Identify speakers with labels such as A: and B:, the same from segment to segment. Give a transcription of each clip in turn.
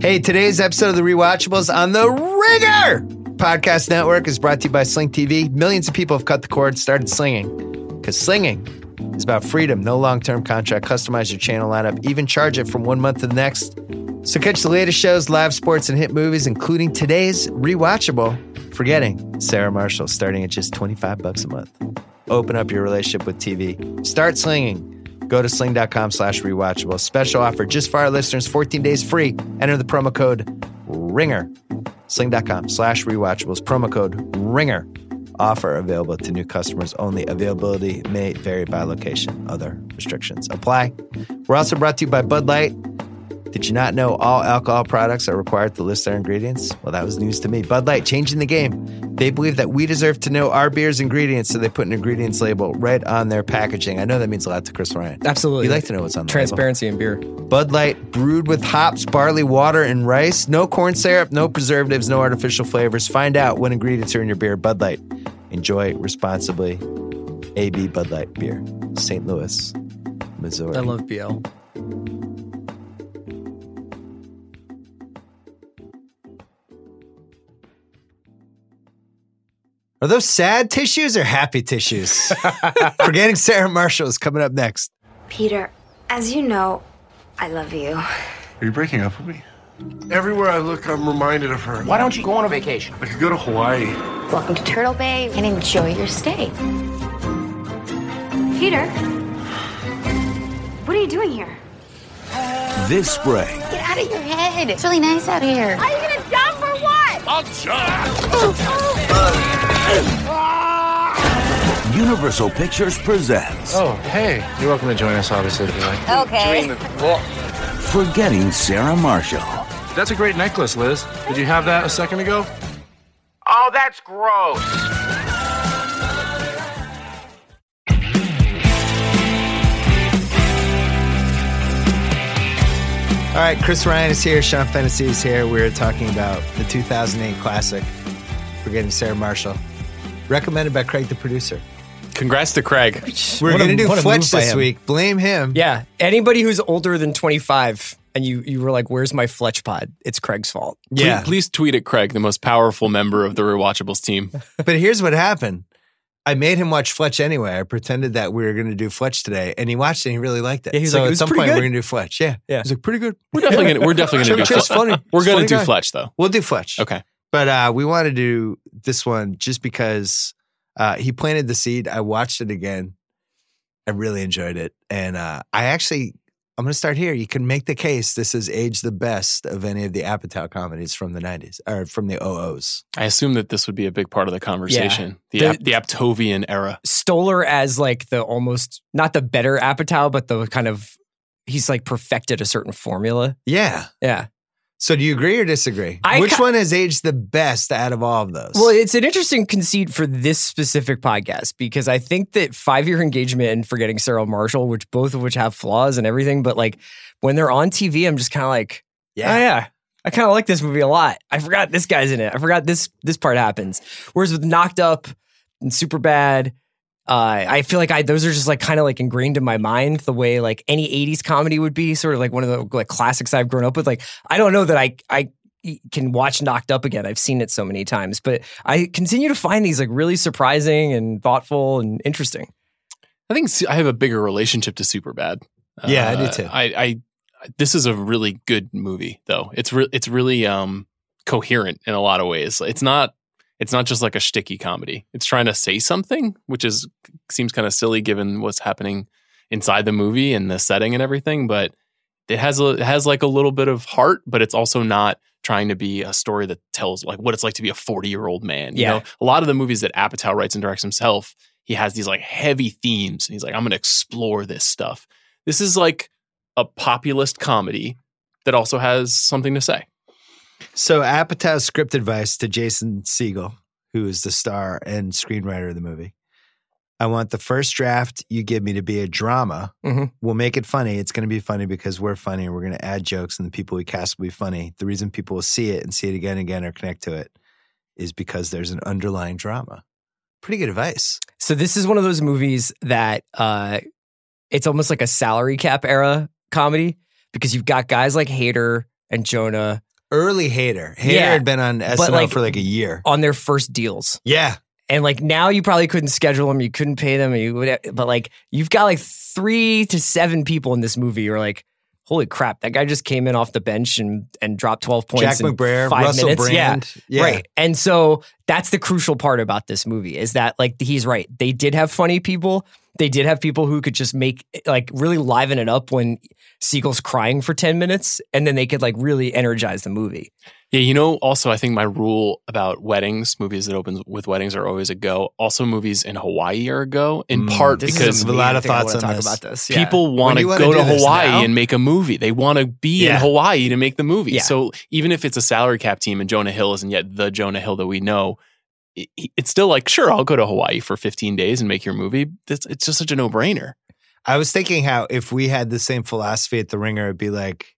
A: Hey, today's episode of The Rewatchables on the Ringer Podcast Network is brought to you by Sling TV. Millions of people have cut the cord, started slinging, because slinging is about freedom, no long term contract. Customize your channel lineup, even charge it from one month to the next. So catch the latest shows, live sports, and hit movies, including today's Rewatchable, Forgetting Sarah Marshall, starting at just 25 bucks a month. Open up your relationship with TV. Start slinging. Go to sling.com slash rewatchable. Special offer just for our listeners, 14 days free. Enter the promo code RINGER. Sling.com slash rewatchables. Promo code RINGER. Offer available to new customers only. Availability may vary by location. Other restrictions apply. We're also brought to you by Bud Light. Did you not know all alcohol products are required to list their ingredients? Well, that was news to me. Bud Light changing the game. They believe that we deserve to know our beer's ingredients, so they put an ingredients label right on their packaging. I know that means a lot to Chris Ryan.
B: Absolutely.
A: You like to know what's on the label.
B: Transparency in beer.
A: Bud Light brewed with hops, barley, water, and rice. No corn syrup, no preservatives, no artificial flavors. Find out what ingredients are in your beer. Bud Light. Enjoy responsibly. AB Bud Light beer. St. Louis, Missouri.
B: I love BL.
A: Are those sad tissues or happy tissues? Forgetting Sarah Marshall is coming up next.
C: Peter, as you know, I love you.
D: Are you breaking up with me? Everywhere I look, I'm reminded of her.
E: Why don't you go on a vacation?
D: I could go to Hawaii.
C: Welcome to Turtle Bay and enjoy your stay. Peter, what are you doing here?
F: This spring,
C: Get out of your head. It's really nice out here.
G: Are you gonna jump for what?
F: Universal Pictures presents
D: Oh, hey. You're welcome to join us, obviously, if you like.
G: Okay.
F: Forgetting Sarah Marshall.
D: That's a great necklace, Liz. Did you have that a second ago?
E: Oh, that's gross.
A: All right, Chris Ryan is here. Sean Fennessy is here. We're talking about the 2008 classic, Forgetting Sarah Marshall, recommended by Craig, the producer.
H: Congrats to Craig.
A: We're
B: What a-
A: going to do
B: what a
A: Fletch
B: move by
A: this
B: him.
A: week. Blame him.
B: Yeah. Anybody who's older than 25 and you, you were like, where's my Fletch pod? It's Craig's fault.
A: Yeah.
H: Please, please tweet at Craig, the most powerful member of the Rewatchables team.
A: But here's what happened. I made him watch Fletch anyway. I pretended that we were going to do Fletch today, and he watched it and he really liked it.
B: Yeah, he was
A: so
B: like, it
A: at
B: was
A: some
B: pretty
A: point,
B: good.
A: we're going to do Fletch. Yeah.
B: Yeah.
A: He's like, pretty good.
H: We're definitely gonna, we're definitely gonna do
A: Churchill's
H: Fletch.
A: funny.
H: We're gonna
A: Funny
H: do
A: guy.
H: Fletch though.
A: We'll do Fletch.
H: Okay.
A: But uh, we wanted to do this one just because uh, he planted the seed. I watched it again. I really enjoyed it. And uh, I actually, I'm going to start here. You can make the case this is age the best of any of the Apatow comedies from the 90s or from the oh OOs.
H: I assume that this would be a big part of the conversation.
B: The-
H: The, the, the Aptovian era.
B: Stoller as like the almost, not the better Apatow, but the kind of, he's like perfected a certain formula.
A: Yeah.
B: Yeah.
A: So do you agree or disagree?
B: I
A: Which
B: ca-
A: one has aged the best out of all of those?
B: Well, it's an interesting conceit for this specific podcast because I think that five year engagement and forgetting Sarah Marshall, which both of which have flaws and everything, but like when they're on TV, I'm just kind of like, yeah, oh, yeah, I kind of like this movie a lot. I forgot this guy's in it. I forgot this this part happens. Whereas with Knocked Up and Super Bad. Uh, I feel like I those are just like kind of like ingrained in my mind the way like any '80s comedy would be sort of like one of the like classics I've grown up with. Like I don't know that I I e, can watch Knocked Up again. I've seen it so many times, but I continue to find these like really surprising and thoughtful and interesting.
H: I think Su- I have a bigger relationship to Superbad. Uh,
A: Yeah, I do too.
H: I, I this is a really good movie though. It's re- it's really um coherent in a lot of ways. It's not it's not just like a shticky comedy. It's trying to say something, which is seems kind of silly given what's happening inside the movie and the setting and everything. But it has a, it has like a little bit of heart, but it's also not trying to be a story that tells like what it's like to be a forty year old man. You
B: Yeah.
H: know, a lot of the movies that Apatow writes and directs himself, he has these like heavy themes, and he's like, I'm going to explore this stuff. This is like a populist comedy that also has something to say.
A: So Apatow's script advice to Jason Siegel, who is the star and screenwriter of the movie. I want the first draft you give me to be a drama.
B: Mhm.
A: We'll make it funny. It's going to be funny because we're funny and we're going to add jokes and the people we cast will be funny. The reason people will see it and see it again and again or connect to it is because there's an underlying drama. Pretty good advice.
B: So this is one of those movies that uh, it's almost like a salary cap era comedy because you've got guys like Hader and Jonah
A: early Hater. Hater
B: Yeah.
A: had been on SNL
B: like-
A: for like a year.
B: on their first deals.
A: Yeah.
B: And like now you probably couldn't schedule them, you couldn't pay them, you would, but like you've got like three to seven people in this movie. You're like, holy crap, that guy just came in off the bench and and dropped 12 points.
A: Jack
B: in
A: McBrayer,
B: five
A: Russell
B: minutes. Yeah.
A: Brand. Yeah.
B: Right. And so that's the crucial part about this movie is that like he's right. They did have funny people. They did have people who could just make like really liven it up when Siegel's crying for 10 minutes and then they could like really energize the movie.
H: Yeah, you know, also, I think my rule about weddings, movies that open with weddings are always a go. Also, movies in Hawaii are a go, in
A: Mm,
H: part
B: This
H: because
A: is a lot of
B: thing I wanna
A: thoughts on
B: talk
A: this.
B: about this. Yeah.
H: people want to
A: you wanna
H: go
A: do
H: to
A: this
H: Hawaii
A: now?
H: and make a movie. They want to be
A: Yeah.
H: in Hawaii to make the movie.
B: Yeah.
H: So even if it's a salary cap team and Jonah Hill isn't yet the Jonah Hill that we know, it, it's still like, sure, I'll go to Hawaii for 15 days and make your movie. It's, it's just such a no brainer.
A: I was thinking how if we had the same philosophy at the ringer, it'd be like,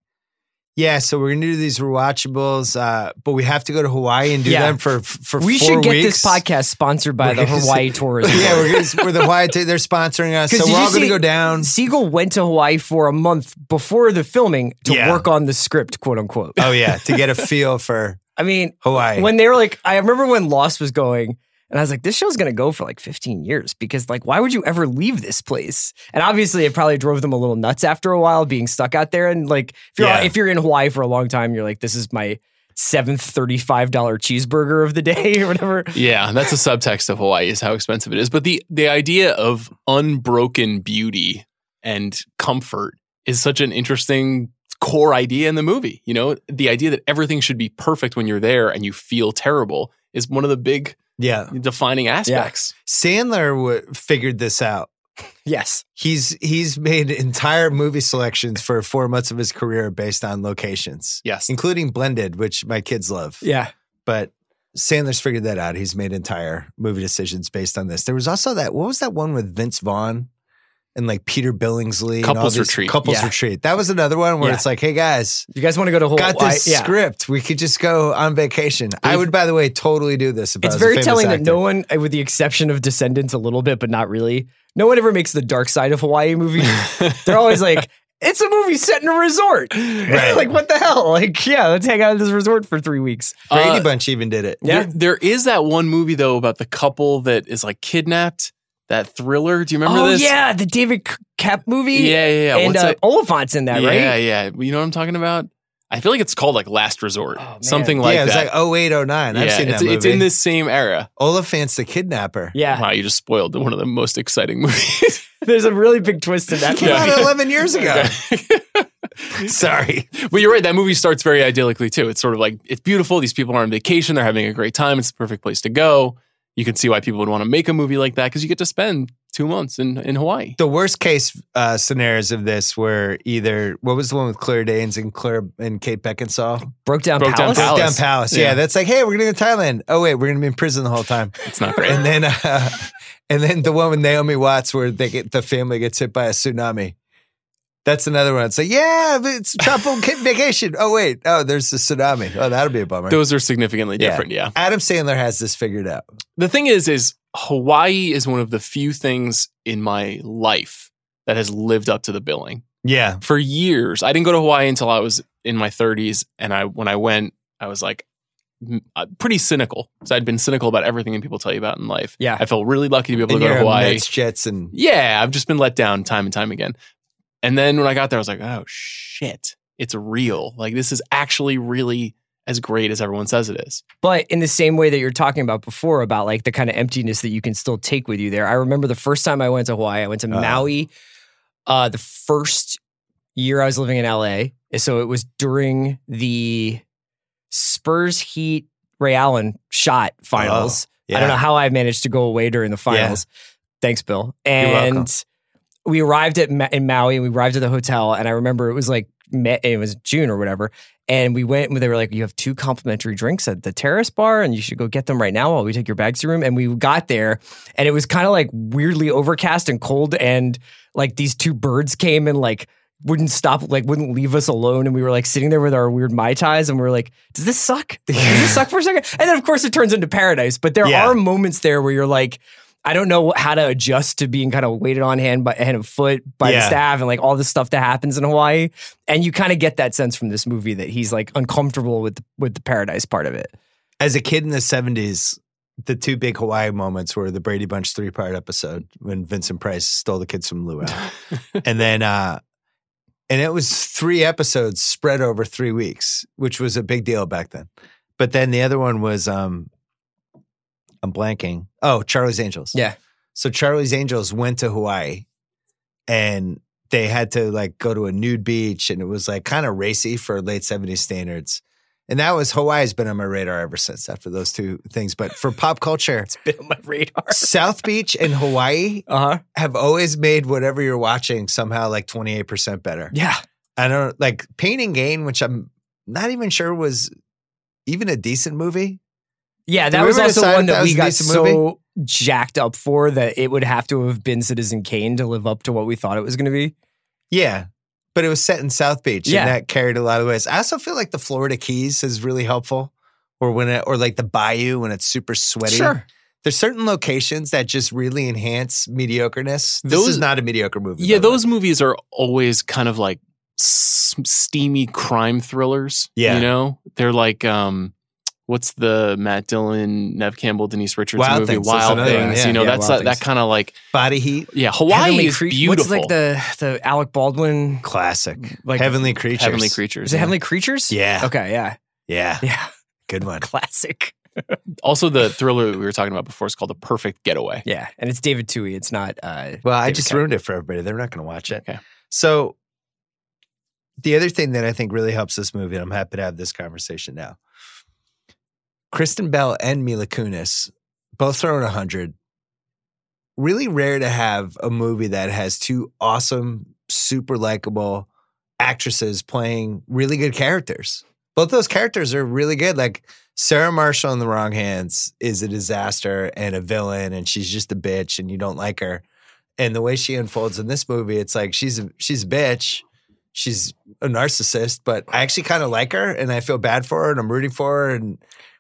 A: yeah, so we're gonna do these rewatchables, uh, but we have to go to Hawaii and do
B: Yeah.
A: them for for
B: we
A: four
B: should get
A: weeks.
B: this podcast sponsored by the
A: We're gonna-
B: Hawaii Tourism.
A: yeah,
B: Board.
A: we're, gonna, we're the Hawaii. They're sponsoring us,
B: 'Cause
A: so
B: did
A: we're
B: you
A: all gonna
B: see-
A: go down.
B: Siegel went to Hawaii for a month before the filming to
A: Yeah.
B: work on the script, quote unquote.
A: Oh yeah, to get a feel for
B: I mean,
A: Hawaii.
B: when they were like, I remember when Lost was going, and I was like, this show's gonna go for like 15 years because, like, why would you ever leave this place? And obviously, it probably drove them a little nuts after a while being stuck out there. And like, if you're
A: Yeah.
B: if you're in Hawaii for a long time, you're like, this is my seventh $35 cheeseburger of the day or whatever.
H: Yeah, that's a subtext of Hawaii is how expensive it is. But the the idea of unbroken beauty and comfort is such an interesting core idea in the movie. You know, the idea that everything should be perfect when you're there and you feel terrible is one of the big
A: yeah,
H: defining aspects.
A: Sandler w- figured this out.
B: Yes.
A: He's he's made entire movie selections for four months of his career based on locations,
H: Yes.
A: including Blended, which my kids love.
B: Yeah.
A: but Sandler's figured that out. He's made entire movie decisions based on this. There was also that what was that one with Vince Vaughn and like Peter Billingsley and all
H: Couples
A: these-
H: Retreat.
A: Couples
B: Yeah.
A: retreat. That was another one where
B: Yeah.
A: it's like, hey guys,
B: You guys want to go to Hawaii?
A: got this
B: yeah.
A: script. We could just go on vacation. I would, by the way, totally do this. If I
B: It's
A: was a
B: very
A: famous
B: telling
A: actor.
B: that no one, uh, with the exception of Descendants a little bit, but not really, no one ever makes the dark side of Hawaii movie. They're always like, it's a movie set in a resort. like, what the hell? Like, yeah, let's hang out at this resort for three weeks.
A: Brady
H: Uh,
A: Bunch even did it.
B: Yeah.
H: There- there is that one movie though about the couple that is like kidnapped. That thriller. Do you remember
B: oh,
H: this?
B: yeah, the David C- Cap movie.
H: Yeah, yeah, yeah.
B: And
H: What's
B: uh,
H: it?
B: Oliphant's in that,
H: Yeah,
B: right?
H: yeah. You know what I'm talking about? I feel like it's called like Last Resort,
B: Oh, man.
H: something
A: Yeah,
H: like
A: it was
H: that.
A: like 08, 09. I've
H: Yeah,
A: seen that
H: it's,
A: movie.
H: It's in this same era.
A: Oliphant's the Kidnapper.
B: Yeah.
H: Wow, you just spoiled one of the most exciting movies.
B: There's a really big twist in that
A: Came out
B: movie.
A: 11 years ago. Sorry.
H: but you're right. That movie starts very idyllically too. It's sort of like it's beautiful. These people are on vacation. They're having a great time. It's the perfect place to go. You can see why people would want to make a movie like that because you get to spend two months in in Hawaii.
A: the worst case uh, scenarios of this were either what was the one with Claire Danes and Claire and Kate Beckinsale?
B: Broke Down
H: Broke Down
B: Palace.
H: Palace.
A: Down Palace. Yeah.
H: Yeah.
A: that's like, hey, we're gonna go to Thailand. Oh wait, we're gonna be in prison the whole time.
H: It's not great.
A: And then, uh, and then the one with Naomi Watts where they get the family gets hit by a tsunami. That's another one. It's like, yeah, but it's tropical kid vacation. Oh wait, oh there's the tsunami. Oh, that'll be a bummer.
H: Those are significantly
A: Yeah.
H: different. Yeah.
A: Adam Sandler has this figured out.
H: the thing is is hawaii is one of the few things in my life that has lived up to the billing
A: Yeah,
H: for years i didn't go to hawaii until i was in my 30s and i when i went i was like mm, uh, pretty cynical so i'd been cynical about everything that people tell you about in life
B: Yeah.
H: i felt really lucky to be able
A: and
H: to go
A: you're
H: to
A: a
H: hawaii
A: Mets, Jets, and
H: yeah i've just been let down time and time again and then when i got there i was like oh shit it's real like this is actually really as great as everyone says it is
B: But in the same way that you're talking about before, about like the kind of emptiness that you can still take with you there. I remember the first time I went to Hawaii, I went to
A: Uh.
B: Maui uh, the first year I was living in LA. So it was during the Spurs Heat Ray Allen shot finals.
A: Oh, yeah.
B: I don't know how I managed to go away during the finals. Thanks, Bill. And
A: welcome.
B: we arrived at Ma- in Maui. We arrived at the hotel, and I remember it was like Ma- it was June or whatever. And we went, and they were like, "You have two complimentary drinks at the terrace bar, and you should go get them right now while we take your bags to your room." And we got there, and it was kind of like weirdly overcast and cold, and like these two birds came and like wouldn't stop, like wouldn't leave us alone. And we were like sitting there with our weird mai tais, and we were like, "Does this suck? Does this suck for a second? And then of course it turns into paradise. But there
A: Yeah.
B: are moments there where you're like, I don't know how to adjust to being kind of weighted on hand by hand and foot by the
H: Yeah.
B: staff and like all the stuff that happens in Hawaii. And you kind of get that sense from this movie that he's like uncomfortable with with the paradise part of it.
A: As a kid in the 70s, the two big Hawaii moments were the Brady Bunch three part episode when Vincent Price stole the kids from Luau. and then, uh, and it was three episodes spread over three weeks, which was a big deal back then. But then the other one was, um, I'm blanking. Oh, Charlie's Angels.
B: Yeah.
A: So Charlie's Angels went to Hawaii and they had to like go to a nude beach and it was like kind of racy for late 70s standards. And that was Hawaii's been on my radar ever since after those two things. But for pop culture,
B: It's been on my radar.
A: South Beach and Hawaii
B: Uh huh.
H: Uh-huh.
A: have always made whatever you're watching somehow like 28% better.
B: Yeah.
A: I don't like Pain and Gain, which I'm not even sure was even a decent movie.
B: Yeah,
A: Did
B: that
A: we
B: was
A: ever
B: also
A: decide
B: one
A: if
B: that,
A: that was
B: we
A: a
B: got
A: decent
B: so
A: movie?
B: jacked up for that it would have to have been Citizen Kane to live up to what we thought it was going to be.
A: Yeah. But it was set in South Beach
B: Yeah.
A: and that carried a lot of ways. I also feel like the Florida Keys is really helpful or when it, or like the bayou when it's super sweaty. There's certain locations that just really enhance mediocreness. this is
H: Those-
A: not a mediocre movie.
H: Yeah,
A: by the way.
H: those movies are always kind of like s- steamy crime thrillers.
A: Yeah.
H: you know, they're like um, what's the Matt Dillon, Nev Campbell, Denise Richards
A: Wild
H: movie,
A: Things, that's
H: Wild
A: another one,
H: Things.
A: yeah.
H: you know,
B: Yeah,
H: that's
B: Wild
H: that, that
B: Things.
H: kind of like
A: Body Heat
H: yeah, Hawaii
B: Heavenly
H: is
B: Crea- What's
H: beautiful.
B: like the the Alec Baldwin?
A: classic.
B: Like-
A: Heavenly Creatures.
H: Heavenly creatures.
B: Is it
H: yeah.
B: Heavenly Creatures?
A: Yeah.
B: Okay. Yeah.
A: Yeah.
B: Yeah.
A: Good one.
B: Classic.
H: Also, the thriller that we were talking about before is called The Perfect Getaway.
B: Yeah, and it's David Tui. It's not. Uh,
A: Well, I
B: David
A: just
B: Cage.
A: ruined it for everybody. They're not going to watch it.
H: Okay.
A: So, the other thing that I think really helps this movie, and I'm happy to have this conversation now Kristen Bell and Mila Kunis both throwing 100. Really rare to have a movie that has two awesome, super likable actresses playing really good characters. Both those characters are really good. Like Sarah Marshall in the wrong hands is a disaster and a villain, and she's just a bitch, and you don't like her and the way she unfolds in this movie, it's like she's a, she's a bitch, she's a narcissist, but I actually kind of like her, and I feel bad for her, and I'm rooting for her. And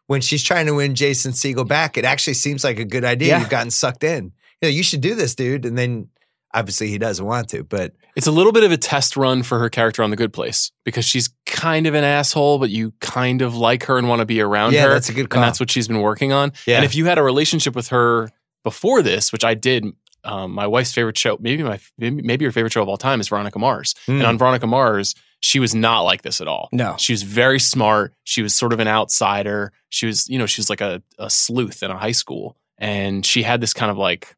A: when she's trying to win Jason Siegel back, it actually seems like a good idea.
B: Yeah.
A: You've gotten sucked in. You know, you should do this, dude. And then obviously he doesn't want to, but
H: It's a little bit of a test run for her character on The Good Place because she's kind of an asshole, but you kind of like her and want to be around
A: yeah,
H: her.
A: that's a good call.
H: and that's what she's been working on.
A: Yeah.
H: And if you had a relationship with her before this, which I did, um, my wife's favorite show, maybe my maybe maybe your favorite show of all time is Veronica Mars.
A: Hmm.
H: And on Veronica Mars, she was not like this at all.
B: No.
H: She was very smart. She was sort of an outsider. She was, you know, she was like a, a sleuth in a high school. And she had this kind of like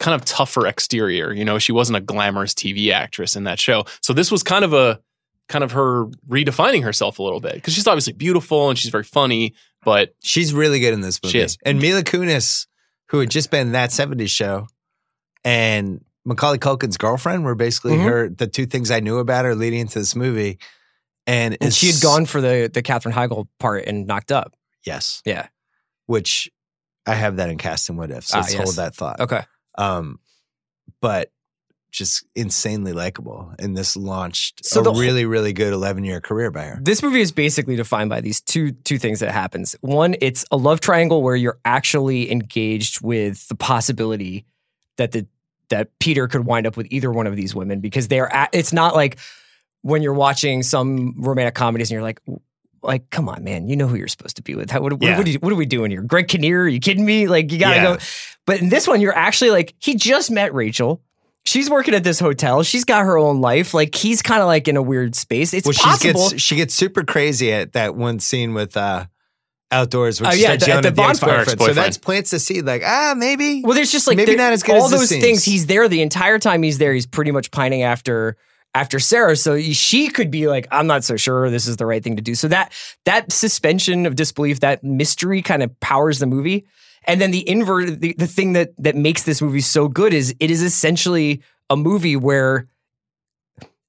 H: kind of tougher exterior. You know, she wasn't a glamorous TV actress in that show. So this was kind of a kind of her redefining herself a little bit. Because she's obviously beautiful and she's very funny, but
A: She's really good in this movie.
H: She is.
A: And Mila Kunis, who had just been in that 70s show, and Macaulay Culkin's girlfriend were basically
B: Mhm.
A: her the two things I knew about her leading into this movie. And,
B: and
A: it's-
B: she had gone for the the Catherine Heigl part and knocked up.
A: Yes.
B: Yeah.
A: Which I have that in casting what if. So
B: Ah,
A: let's
B: yes.
A: hold that thought.
B: Okay.
A: Um but just insanely likable. And this launched
B: So
A: a
B: the whole-
A: really, really good eleven year career by her.
B: This movie is basically defined by these two two things that happens. One, it's a love triangle where you're actually engaged with the possibility that the that Peter could wind up with either one of these women because they are. At, it's not like when you're watching some romantic comedies and you're like. Like, come on, man! You know who you're supposed to be with. How, what, what,
A: Yeah.
B: what, are you, what are we doing here? Greg Kinnear? Are you kidding me? Like, you gotta
A: Yeah.
B: go. But in this one, you're actually like, he just met Rachel. She's working at this hotel. She's got her own life. Like, he's kind of like in a weird space. It's
A: well,
B: possible.
A: she gets she gets super crazy at that one scene with uh outdoors when
B: Oh,
A: she
B: yeah,
A: starts
B: the- at
A: yelling
B: the
A: at the
B: bonfire.
A: ex-boyfriend. So
H: Ex-boyfriend.
A: that's plants the seed, like ah, maybe.
B: Well, there's just like
A: Maybe
B: there-
A: not as good
B: all
A: as this
B: those
A: seems.
B: things. He's there the entire time. He's there. He's pretty much pining after after Sarah. So she could be like, I'm not so sure this is the right thing to do. So that that suspension of disbelief, that mystery, kind of powers the movie. And then the invert, the, the thing that that makes this movie so good is it is essentially a movie where.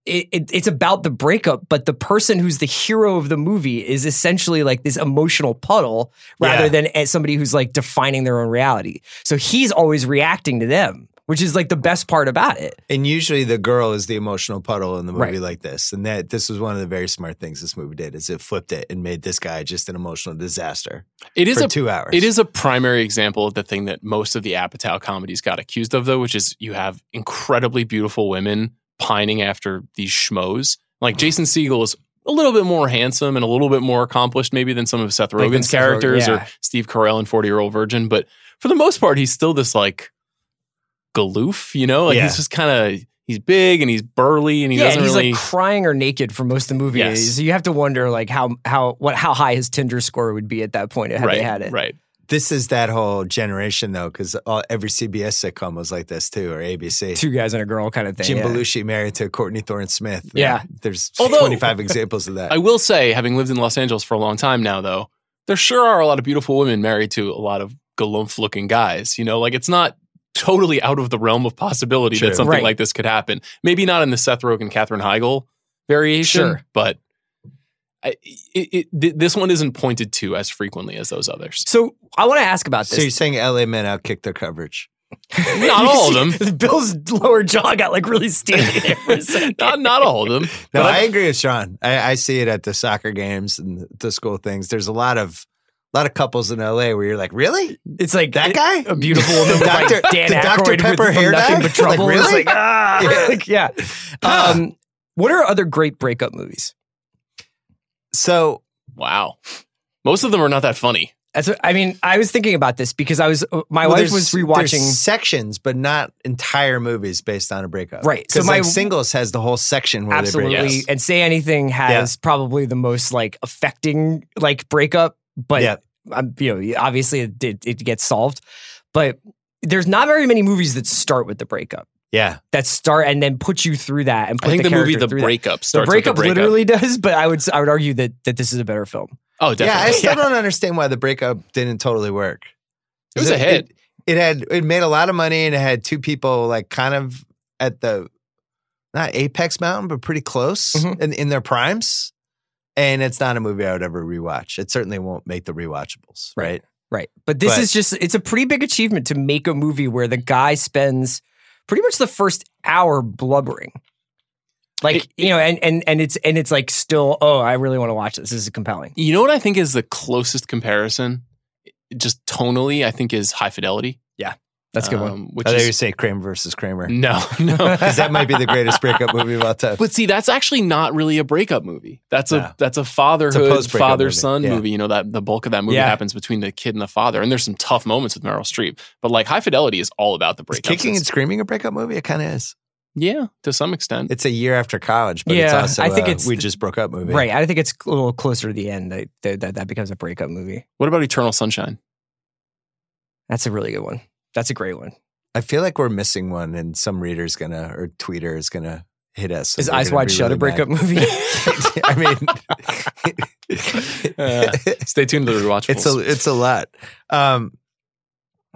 B: It, it, it's about the breakup, but the person who's the hero of the movie is essentially like this emotional puddle rather
A: Yeah.
B: than as somebody who's like defining their own reality. So he's always reacting to them, which is like the best part about it.
A: And usually the girl is the emotional puddle in the movie
B: Right.
A: like this. And that this was one of the very smart things this movie did is it flipped it and made this guy just an emotional disaster
H: It is
A: for
H: a
A: two hours.
H: It is a primary example of the thing that most of the Apatow comedies got accused of, though, which is you have incredibly beautiful women pining after these schmoes.
B: Mm-hmm.
H: Like Jason Siegel is a little bit more handsome and a little bit more accomplished, maybe than some of Seth
B: Like than
H: Rogen's
B: Seth Rogen,
H: characters
B: yeah.
H: or Steve Carell in Forty Year Old Virgin. But for the most part, he's still this like galoof, you know. Like
A: Yeah.
H: he's just kind of he's big and he's burly and he
B: yeah,
H: doesn't
B: and he's
H: really.
B: like crying or naked for most of the movie.
H: Yes.
B: So you have to wonder like how how what how high his Tinder score would be at that point had
H: right,
B: they had it.
H: right.
A: This is that whole generation though, because every CBS sitcom was like this too, or ABC.
B: Two guys and a girl kind of thing.
A: Jim
B: yeah.
A: Belushi married to Courtney Thorne Smith.
B: Yeah.
A: There's
H: Although-
A: 25 examples of that.
H: I will say, having lived in Los Angeles for a long time now, though, there sure are a lot of beautiful women married to a lot of galumph looking guys. You know, like it's not totally out of the realm of possibility
A: True.
H: that something
B: Right.
H: like this could happen. Maybe not in the Seth Rogen, Katherine Heigl variation,
B: Sure.
H: but I, it, it, th- this one isn't pointed to as frequently as those others.
B: So I want to ask about
A: so you're
B: this.
A: saying LA men outkicked their coverage.
H: Not all of them.
B: Bill's lower jaw got like really steely there for a second.
H: Not not all of them.
A: No,
H: but
A: I agree with Sean. I, I see it at the soccer games and the school things. There's a lot of a lot of couples in LA where you're like, really?
B: It's like
A: That
B: it-
A: guy?
B: a beautiful woman,
A: The
B: with like
A: Dr.
B: Dan
A: the Dr.
B: Aykroyd with-
A: Pepper
B: from
A: hair
B: nothing
A: dye?
B: but
A: Like,
B: trouble. It's
A: really?
B: like, ah,
A: Yeah.
B: like, yeah.
A: Huh.
B: Um, what are other great breakup movies?
A: So
H: wow. Most of them are not that funny.
B: That's what, I mean, I was thinking about this because I was uh, my
A: well,
B: wife
A: there's-
B: was
A: there's
B: rewatching.
A: sections, but not entire movies based on a breakup.
B: Right. So
A: So
B: my-
A: like singles has the whole section where
B: Absolutely,
A: they break up.
H: Yes.
B: and say anything has probably the most like affecting like breakup, but
A: Yeah.
B: um, you know, obviously it, it it gets solved. But there's not very many movies that start with the breakup
A: Yeah.
B: that start and then put you through that. And put
H: I think the, movie
B: character
H: The
B: through that.
H: Breakup starts
B: the breakup,
H: with the breakup.
B: literally does, but I would I would argue that that this is a better film.
H: oh,
A: Yeah. I
H: definitely.
A: still don't understand why the breakup didn't totally work.
H: It was a hit.
A: It, it had it made a lot of money and it had two people like kind of at the not apex mountain, but pretty close
B: Mhm.
A: in, in their primes. And it's not a movie I would ever rewatch. It certainly won't make the rewatchables,
B: Right.
A: right?
B: Right. But this
A: But-
B: is just it's a pretty big achievement to make a movie where the guy spends pretty much the first hour blubbering. Like,
H: It-
B: you know, and and and it's and it's like still, oh, I really want to watch this. This is compelling.
H: You know what I think is the closest comparison, just tonally, I think is High Fidelity.
B: That's a good one.
H: um, Which
A: I thought you
H: is,
A: say Kramer versus Kramer.
H: no, no.
A: Because that might be the greatest breakup movie of all time.
H: But see, that's actually not really a breakup movie. That's
A: No.
H: a that's a fatherhood,
A: post-breakup movie.
H: father son
A: Yeah.
H: movie. You know that the bulk of that movie
B: Yeah.
H: happens between the kid and the father, and there's some tough moments with Meryl Streep. But like High Fidelity is all about the
A: Is
H: breakup.
A: kicking and screaming a breakup movie? It kind of is.
H: yeah, to some extent.
A: It's a year after college, but it's
B: Yeah,
A: also
B: I think
A: a
B: it's
A: we
B: the-
A: just broke up movie.
B: Right. I think it's a little closer to the end that that, that that becomes a breakup movie.
H: what about Eternal Sunshine?
B: That's a really good one. That's a great one.
A: I feel like we're missing one, and some reader's gonna or tweeter is gonna hit us. and
B: Is
A: we're
B: Eyes
A: gonna
B: Wide
A: be
B: Shut
A: really
B: a breakup
A: mad.
B: movie?
A: I mean,
H: Uh, Stay tuned to the rewatch.
A: it's a it's a lot. Um,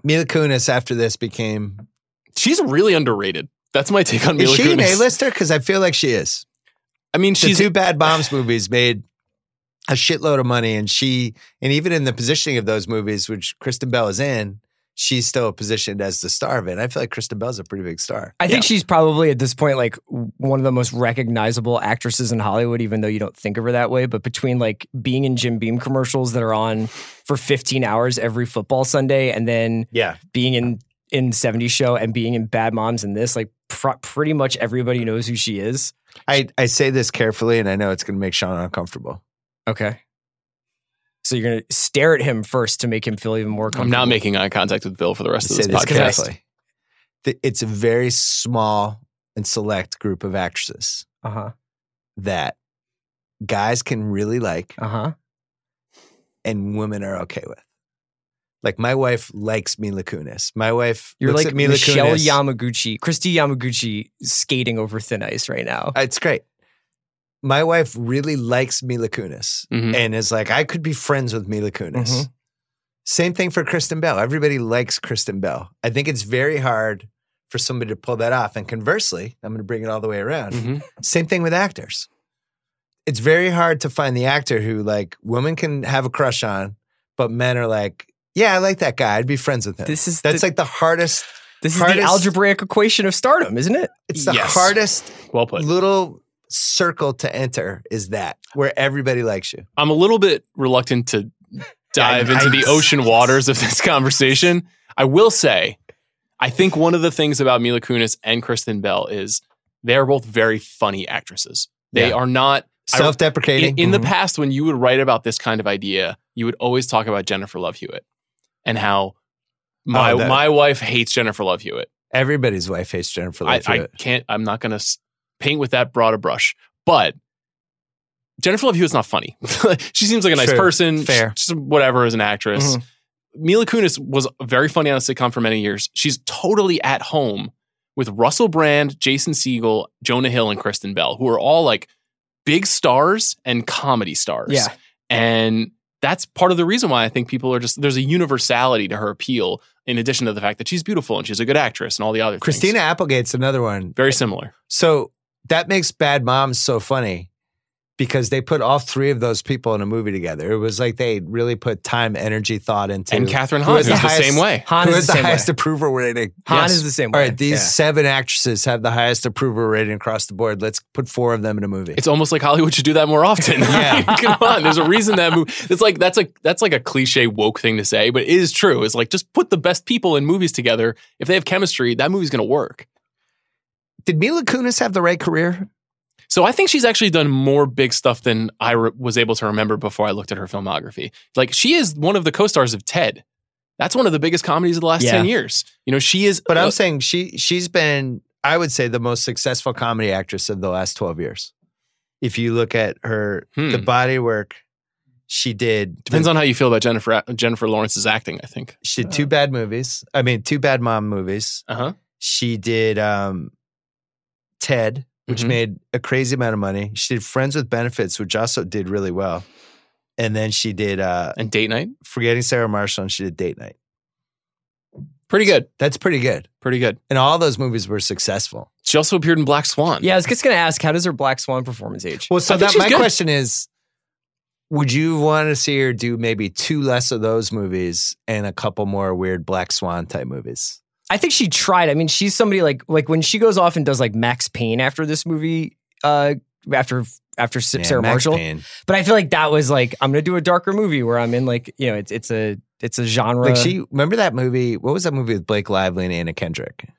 A: Mila Kunis after this became
H: she's really underrated. That's my take on Mila
A: is she an
H: Kunis.
A: A lister? Because I feel like she is.
H: I mean,
A: The
H: she's
A: two Bad Moms movies made a shitload of money, and she and even in the positioning of those movies, which Kristen Bell is in, she's still positioned as the star of it. And I feel like Kristen Bell's a pretty big star.
B: I think she's probably at this point like w- one of the most recognizable actresses in Hollywood, even though you don't think of her that way. But between like being in Jim Beam commercials that are on for 15 hours every football Sunday, and then
A: Yeah,
B: being in in 70s show and being in Bad Moms and this, like pr- pretty much everybody knows who she is.
A: I I say this carefully, and I know it's going to make Sean uncomfortable.
B: Okay. So you're gonna stare at him first to make him feel even more
H: I'm
B: comfortable.
H: not making eye contact with Bill for the
A: I
H: rest
A: say
H: of this
A: this
H: podcast.
A: carefully. Th- It's a very small and select group of actresses
B: Uh huh.
A: that guys can really like,
B: Uh huh.
A: and women are okay with. Like my wife likes Mila Kunis. My wife
B: You're
A: looks
B: like
A: at Mila
B: Michelle
A: Kunis.
B: Yamaguchi, Christy Yamaguchi skating over thin ice right now.
A: it's great. My wife really likes Mila Kunis
B: Mm-hmm.
H: Mhm.
A: and is like, I could be friends with Mila Kunis.
B: Mhm.
A: Same thing for Kristen Bell. Everybody likes Kristen Bell. I think it's very hard for somebody to pull that off. And conversely, I'm going to bring it all the way around.
B: Mm-hmm.
H: Mhm.
A: Same thing with actors. It's very hard to find the actor who, like, women can have a crush on, but men are like, yeah, I like that guy. I'd be friends with him.
B: This is
A: That's
B: the-
A: like the hardest
B: This is the
A: Hardest-
B: algebraic equation of stardom, isn't it?
A: It's the
H: Yes.
A: hardest
H: Well put.
A: little circle to enter is that where everybody likes you.
H: I'm a little bit reluctant to dive
A: I-
H: into
A: I-
H: the ocean waters of this conversation. I will say, I think one of the things about Mila Kunis and Kristen Bell is they are both very funny actresses. They
A: Yeah. Mm-hmm.
H: are not I-
A: Self-deprecating.
H: in, in the past when you would write about this kind of idea, you would always talk about Jennifer Love Hewitt and how my
A: Oh, that-
H: my wife hates Jennifer Love Hewitt.
A: Mm-hmm. Everybody's wife hates Jennifer
H: I,
A: Love
H: I
A: Hewitt.
H: can't. I'm not going to paint with that broad a brush. But Jennifer Love Hewitt's not funny. she seems like a nice
A: True.
H: person.
A: Fair. Mm-hmm.
H: She's whatever as an actress. Mila Kunis was very funny on a sitcom for many years. She's totally at home with Russell Brand, Jason Segel, Jonah Hill, and Kristen Bell, who are all like big stars and comedy stars.
B: Yeah.
H: And that's part of the reason why I think people are just there's a universality to her appeal, in addition to the fact that she's beautiful and she's a good actress and all the other things.
A: Christina Applegate's another one.
H: Very similar.
A: So that makes Bad Moms so funny because they put all three of those people in a movie together. It was like they really put time, energy, thought into
H: and Catherine
A: who
H: Hahn
A: is
H: is
A: the
H: the,
A: highest-
H: same way.
B: Han
A: who
B: is
A: has
B: the
A: the
B: same way.
A: highest approval rating.
B: Han
H: Yes.
B: is the same
A: All
B: way.
A: right, these
B: Yeah.
A: seven actresses have the highest approval rating across the board. Let's put four of them in a movie.
H: It's almost like Hollywood should do that more often.
A: Yeah.
H: Come on. There's a reason that movie. It's like that's like that's like a cliche woke thing to say, but it is true. It's like just put the best people in movies together. If they have chemistry, that movie's gonna work.
A: Did Mila Kunis have the right career?
H: So I think she's actually done more big stuff than I re- was able to remember before I looked at her filmography. Like she is one of the co-stars of Ted. That's one of the biggest comedies of the last
B: Yeah.
H: ten years. You know, she is.
A: But
H: uh,
A: I'm saying she she's been, I would say, the most successful comedy actress of the last 12 years. If you look at her,
H: Hmm.
A: the body work she did,
H: depends on how you feel about Jennifer Jennifer Lawrence's acting. I think.
A: she did two bad movies. I mean, two bad mom movies.
H: Uh huh.
A: She did um, Ted, which
H: Mhm.
A: made a crazy amount of money. She did Friends with Benefits, which also did really well. And then she did uh,
H: And date night,
A: Forgetting Sarah Marshall and she did Date Night.
H: pretty good.
A: That's pretty good.
H: Pretty good.
A: And all those movies were successful.
H: She also appeared in Black Swan.
B: Yeah, I was just gonna ask, how does her Black Swan performance age?
A: Well, so
H: I think
A: that
H: she's
A: my
H: good.
A: question is would you want to see her do maybe two less of those movies and a couple more weird Black Swan type movies?
B: I think she tried. I mean, she's somebody like like when she goes off and does like Max Payne after this movie, uh, after after S-
A: Man,
B: Sarah
A: Max
B: Marshall.
A: Payne.
B: But I feel like that was like I'm gonna do a darker movie where I'm in like you know it's it's a it's a genre.
A: Like she remember that movie? What was that movie with Blake Lively and Anna Kendrick?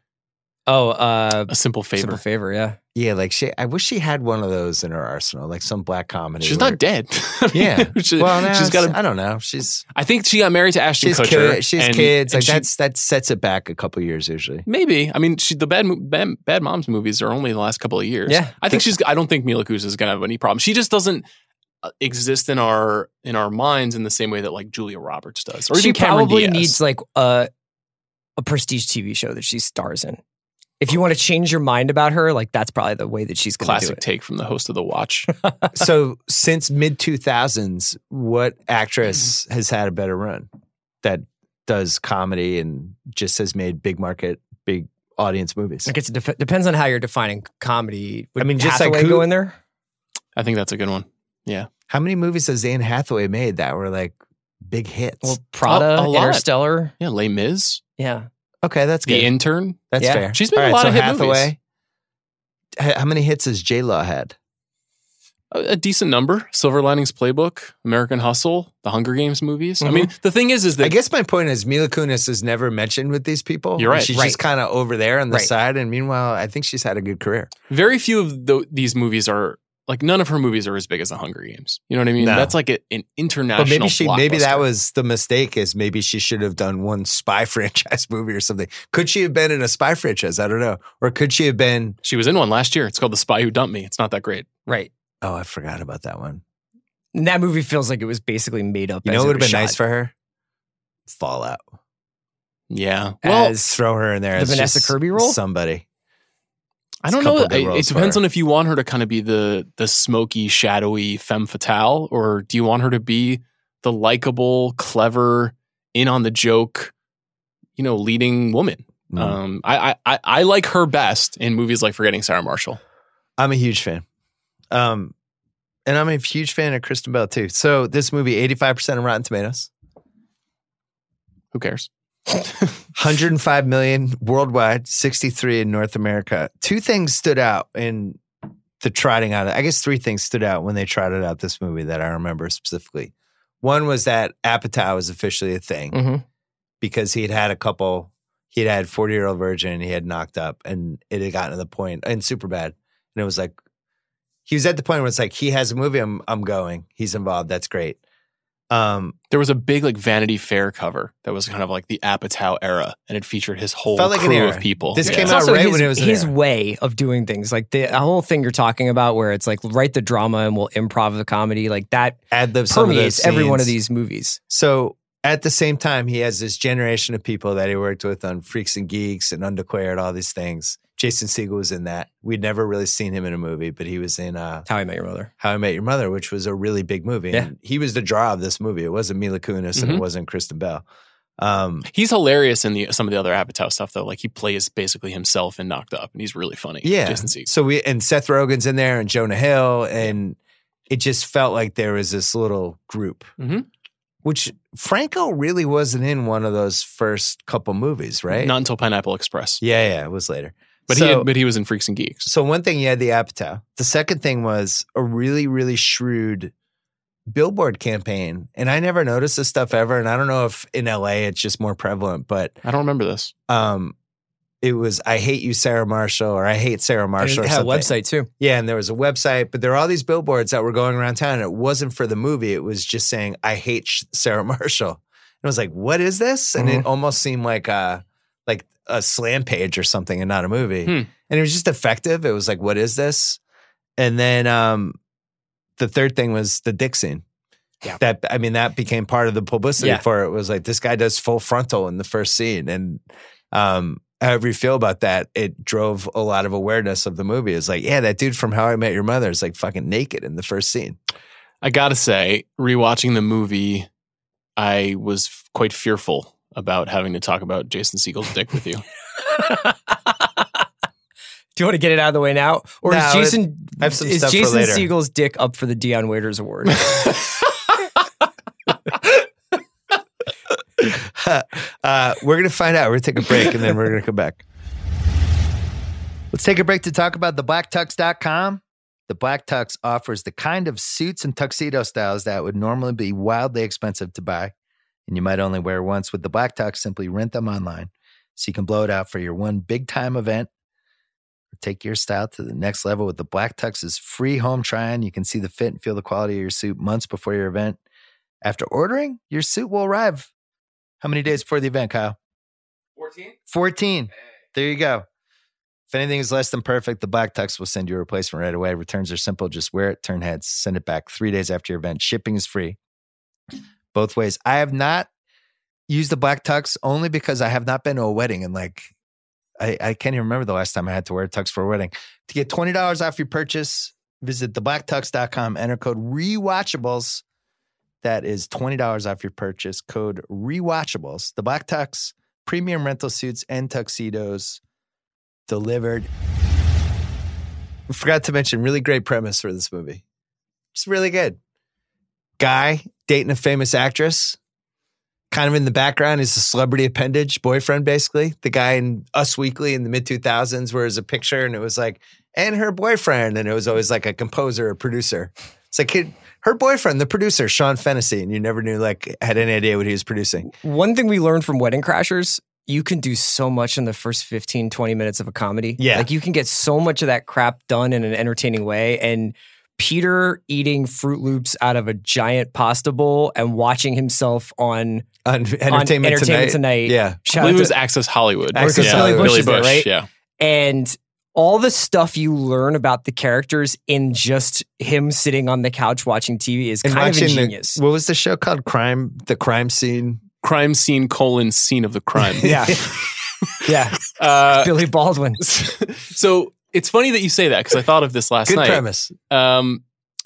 B: oh uh
H: A simple favor.
B: simple favor yeah.
A: Yeah, like she. I wish she had one of those in her arsenal, like some black comedy.
H: She's
A: where-
H: not dead.
A: Yeah.
H: she,
A: well, no,
H: has got. A,
A: I don't know. She's
H: I think she got married to Ashton
A: she's
H: Kutcher.
A: kids. She's
H: and-
A: kids.
H: and
A: Like
H: she-
A: that's that sets it back a couple years usually.
H: maybe. I mean, she the bad, Mo- bad bad moms movies are only the last couple of years.
B: Yeah.
H: I think she's. I don't think Mila Kunis is gonna have any problem. She just doesn't uh, exist in our in our minds in the same way that like Julia Roberts does, or
B: she
H: even Cameron
B: probably
H: Diaz.
B: needs like a a prestige TV show that she stars in. If you want to change your mind about her, like that's probably the way that she's gonna do
H: classic
B: it.
H: take from the host of the Watch.
A: so since mid two thousands, what actress
H: Mm-hmm.
A: has had a better run that does comedy and just has made big market, big audience movies?
B: Like it's def- depends on how you're defining comedy. Would
A: I mean, just like
B: Hathaway
A: who-
B: go in there.
H: I think that's a good one.
A: How many movies has Anne Hathaway made that were like big hits?
B: Well, Prada,
H: a lot.
B: Interstellar,
H: Yeah, Les Mis,
B: yeah.
A: okay, that's
H: The
A: good.
H: Intern.
A: that's
B: yeah.
A: fair.
H: She's made
A: All
H: a lot
A: so
H: of hit movies.
A: Hathaway. h- How many hits has J Law had?
H: a, a decent number. Silver Linings Playbook, American Hustle, the Hunger Games movies. I mean, the thing is, is
A: Mm-hmm. I
H: that
A: guess my point is Mila Kunis is never mentioned with these people.
H: You're right.
A: She's
B: Right.
A: just kind of over there on the
B: Right.
A: side. And meanwhile, I think she's had a good career.
H: very few of tho- these movies are like none of her movies are as big as the Hunger Games. You know what I mean?
A: No.
H: That's like a, an international.
A: But maybe she, maybe
H: blockbuster.
A: that was the mistake. Is maybe she should have done one spy franchise movie or something. Could she have been in a spy franchise? I don't know. Or could she have been?
H: She was in one last year. It's called The Spy Who Dumped Me. It's not that great.
B: Right.
A: Oh, I forgot about that one.
B: And that movie feels like it was basically made up.
A: You
B: as
A: know, what
B: it
A: would have
B: was
A: been nice
B: shot
A: for her. Fallout.
H: Yeah. Well,
B: as-
A: Throw her in there.
B: The
A: as
B: Vanessa
A: just
B: Kirby role?
A: Somebody.
H: I don't
A: couple
H: know.
A: good
H: I-
A: roles
H: It
A: for
H: depends
A: her.
H: on if you want her to kind of be the the smoky, shadowy femme fatale, or do you want her to be the likable, clever, in on the joke, you know, leading woman.
A: Mm.
B: Uh.
H: Um, I, I- I I like her best in movies like Forgetting Sarah Marshall.
A: I'm a huge fan. Um, and I'm a huge fan of Kristen Bell too. So this movie, 85% of Rotten Tomatoes.
H: Who cares?
A: 105 million worldwide, 63 in North America. Two things stood out in the trotting out. I guess three things stood out when they trotted out this movie that I remember specifically. One was that Apatow was officially a thing
B: Mhm.
A: because he had had a couple. He had had 40 year old virgin. He had knocked up, and it had gotten to the point in Superbad, and it was like he was at the point where it's like he has a movie. I'm I'm going. He's involved. That's great. Um,
H: There was a big like Vanity Fair cover that was kind of like the Apatow era, and it featured his whole
A: Felt like an
H: crew
A: era.
H: of people.
A: This came
B: It's
A: out
B: also
A: right
B: his,
A: when it was an
B: his
A: era.
B: way of doing things, like the, the whole thing you're talking about, where it's like write the drama and we'll improv the comedy, like that
A: ad lib some of those
B: permeates every one of
A: scenes.
B: these movies.
A: So at the same time, he has this generation of people that he worked with on Freaks and Geeks and Undeclared, all these things. Jason Segel was in that. We'd never really seen him in a movie, but he was in uh,
B: How I Met Your Mother.
A: How I Met Your Mother, which was a really big movie. And he was the draw of this movie. It wasn't Mila Kunis and it
H: Mhm.
A: wasn't Kristen Bell. Um,
H: He's hilarious in the some of the other Apatow stuff though. Like he plays basically himself in Knocked Up, and he's really funny.
A: yeah.
H: Jason Segel.
A: So we and Seth Rogen's in there and Jonah Hill, and it just felt like there was this little group.
H: Mhm.
A: Which Franco really wasn't in one of those first couple movies, right?
H: Not until Pineapple Express,
A: Yeah, yeah, it was later.
H: but
A: So-
H: he had, but he was in Freaks and Geeks.
A: So one thing you had the Apatow. The second thing was a really, really shrewd billboard campaign. And I never noticed this stuff ever. And I don't know if in LA it's just more prevalent, but
H: I don't remember this.
A: um it was I hate you, Sarah Marshall, or I hate Sarah Marshall. or
B: and it had a
A: something.
B: website too.
A: Yeah, and there was a website, but there were all these billboards that were going around town. And it wasn't for the movie; it was just saying "I hate Sh- Sarah Marshall." And I was like, "What is this?" And
H: Mm-hmm.
A: it almost seemed like a like a slam page or something, and not a movie.
H: Hmm.
A: And it was just effective. It was like, "What is this?" And then um, the third thing was the dick scene.
H: Yeah.
A: That I mean, that became part of the publicity
B: Yeah.
A: for it. Was like this guy does full frontal in the first scene, and um, however you feel about that, it drove a lot of awareness of the movie. It's like, yeah, that dude from How I Met Your Mother is like fucking naked in the first scene.
H: I gotta say, rewatching the movie, I was f- quite fearful about having to talk about Jason Segel's dick with you.
B: Do you want to get it out of the way now, or
A: No,
B: is
A: it-
B: Jason
A: I have some
B: is
A: stuff for
B: Jason
A: later.
B: Siegel's dick up for the Dion Waiters Award?
A: uh, we're going to find out. We're going to take a break and then we're going to come back. Let's take a break to talk about thebacktux.com. The Black Tux offers the kind of suits and tuxedo styles that would normally be wildly expensive to buy and you might only wear once. With the Black Tux, simply rent them online so you can blow it out for your one big time event. Take your style to the next level with the Black Tux's free home try on. You can see the fit and feel the quality of your suit months before your event. After ordering, your suit will arrive how many days before the event, Kyle?
E: 14?
A: 14. There you go. If anything is less than perfect, the Black Tux will send you a replacement right away. Returns are simple. Just wear it, turn heads, send it back three days after your event. Shipping is free both ways. I have not used the Black Tux only because I have not been to a wedding and like, I, I can't even remember the last time I had to wear a tux for a wedding. To get $20 off your purchase, visit thebacktux.com, enter code REWATCHABLES. That is $20 off your purchase, code REWATCHABLES. The Black Tux, premium rental suits and tuxedos delivered. We forgot to mention really great premise for this movie. It's really good. Guy dating a famous actress. Kind of in the background is a celebrity appendage boyfriend, basically. The guy in Us Weekly in the mid 2000s, where it was a picture and it was like, and her boyfriend. And it was always like a composer or producer. It's like her- her boyfriend, the producer, Sean Fennessy. And you never knew, like, had any idea what he was producing.
B: One thing we learned from Wedding Crashers, you can do so much in the first 15, 20 minutes of a comedy.
A: Yeah.
B: Like you can get so much of that crap done in an entertaining way. And Peter eating Fruit Loops out of a giant pasta bowl and watching himself on
A: on Entertainment,
B: Entertainment Tonight.
A: Yeah.
H: I
B: Shout
H: believe
B: out
H: it
B: to-
H: was Access Hollywood.
A: Access
H: Yeah,
A: Hollywood.
H: Billy
B: Bush is there,
H: Bush.
B: right?
H: Yeah.
B: and all the stuff you learn about the characters in just him sitting on the couch watching TV is kind of
A: watching the-
B: ingenious.
A: what was the show called? Crime, the crime scene.
H: Crime scene colon scene of the crime.
B: yeah.
H: Uh,
B: Billy Baldwin.
H: so it's funny that you say that because I thought of this last
A: Good
H: night.
A: premise.
H: Um,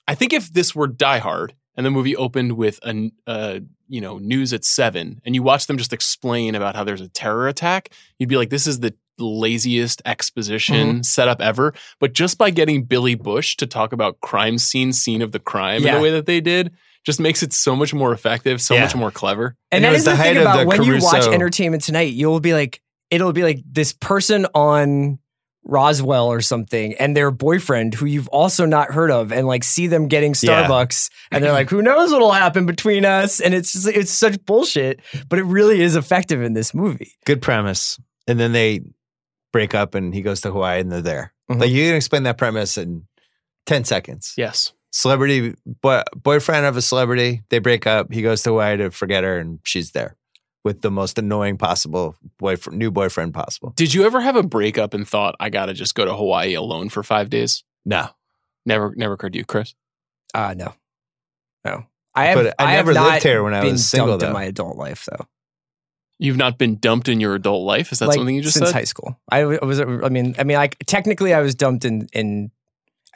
H: I think if this were Die Hard and the movie opened with a n- uh, you know news at seven, and you watch them just explain about how there's a terror attack, you'd be like, "This is the laziest exposition setup ever." But just by getting Billy Bush to talk about crime scene scene of the crime in
B: Yeah.
H: the way that they did, just makes it so much more effective, so
A: Yeah.
H: much more clever.
A: And
B: And
A: it
B: that
A: was
B: is
A: the
B: the, thing
A: height of
B: about
A: the
B: when you watch
A: Caruso-
B: Entertainment Tonight, you'll be like, it'll be like this person on Roswell or something, and their boyfriend who you've also not heard of, and like see them getting
A: Yeah.
B: Starbucks, and they're like, who knows what'll happen between us? And it's just, it's such bullshit, but it really is effective in this movie.
A: Good premise. And then they break up and he goes to Hawaii and they're there.
B: Mhm.
A: Like you can explain that premise in 10 seconds.
H: Yes.
A: Celebrity boy, boyfriend of a celebrity, they break up, he goes to Hawaii to forget her and she's there with the most annoying possible boyfriend new boyfriend possible.
H: Did you ever have a breakup and thought I gotta just go to Hawaii alone for five days?
A: No.
H: Never, never occurred to you, Chris.
B: Uh no, no. I have.
A: but I,
B: have
A: never
B: not
A: lived here when I
B: been
A: was single
B: dumped
A: though.
B: in my adult life though.
H: You've not been dumped in your adult life. Is that
B: Like,
H: something you just
B: since
H: said?
B: high school. I w- was. I mean, I mean, like technically, I was dumped in in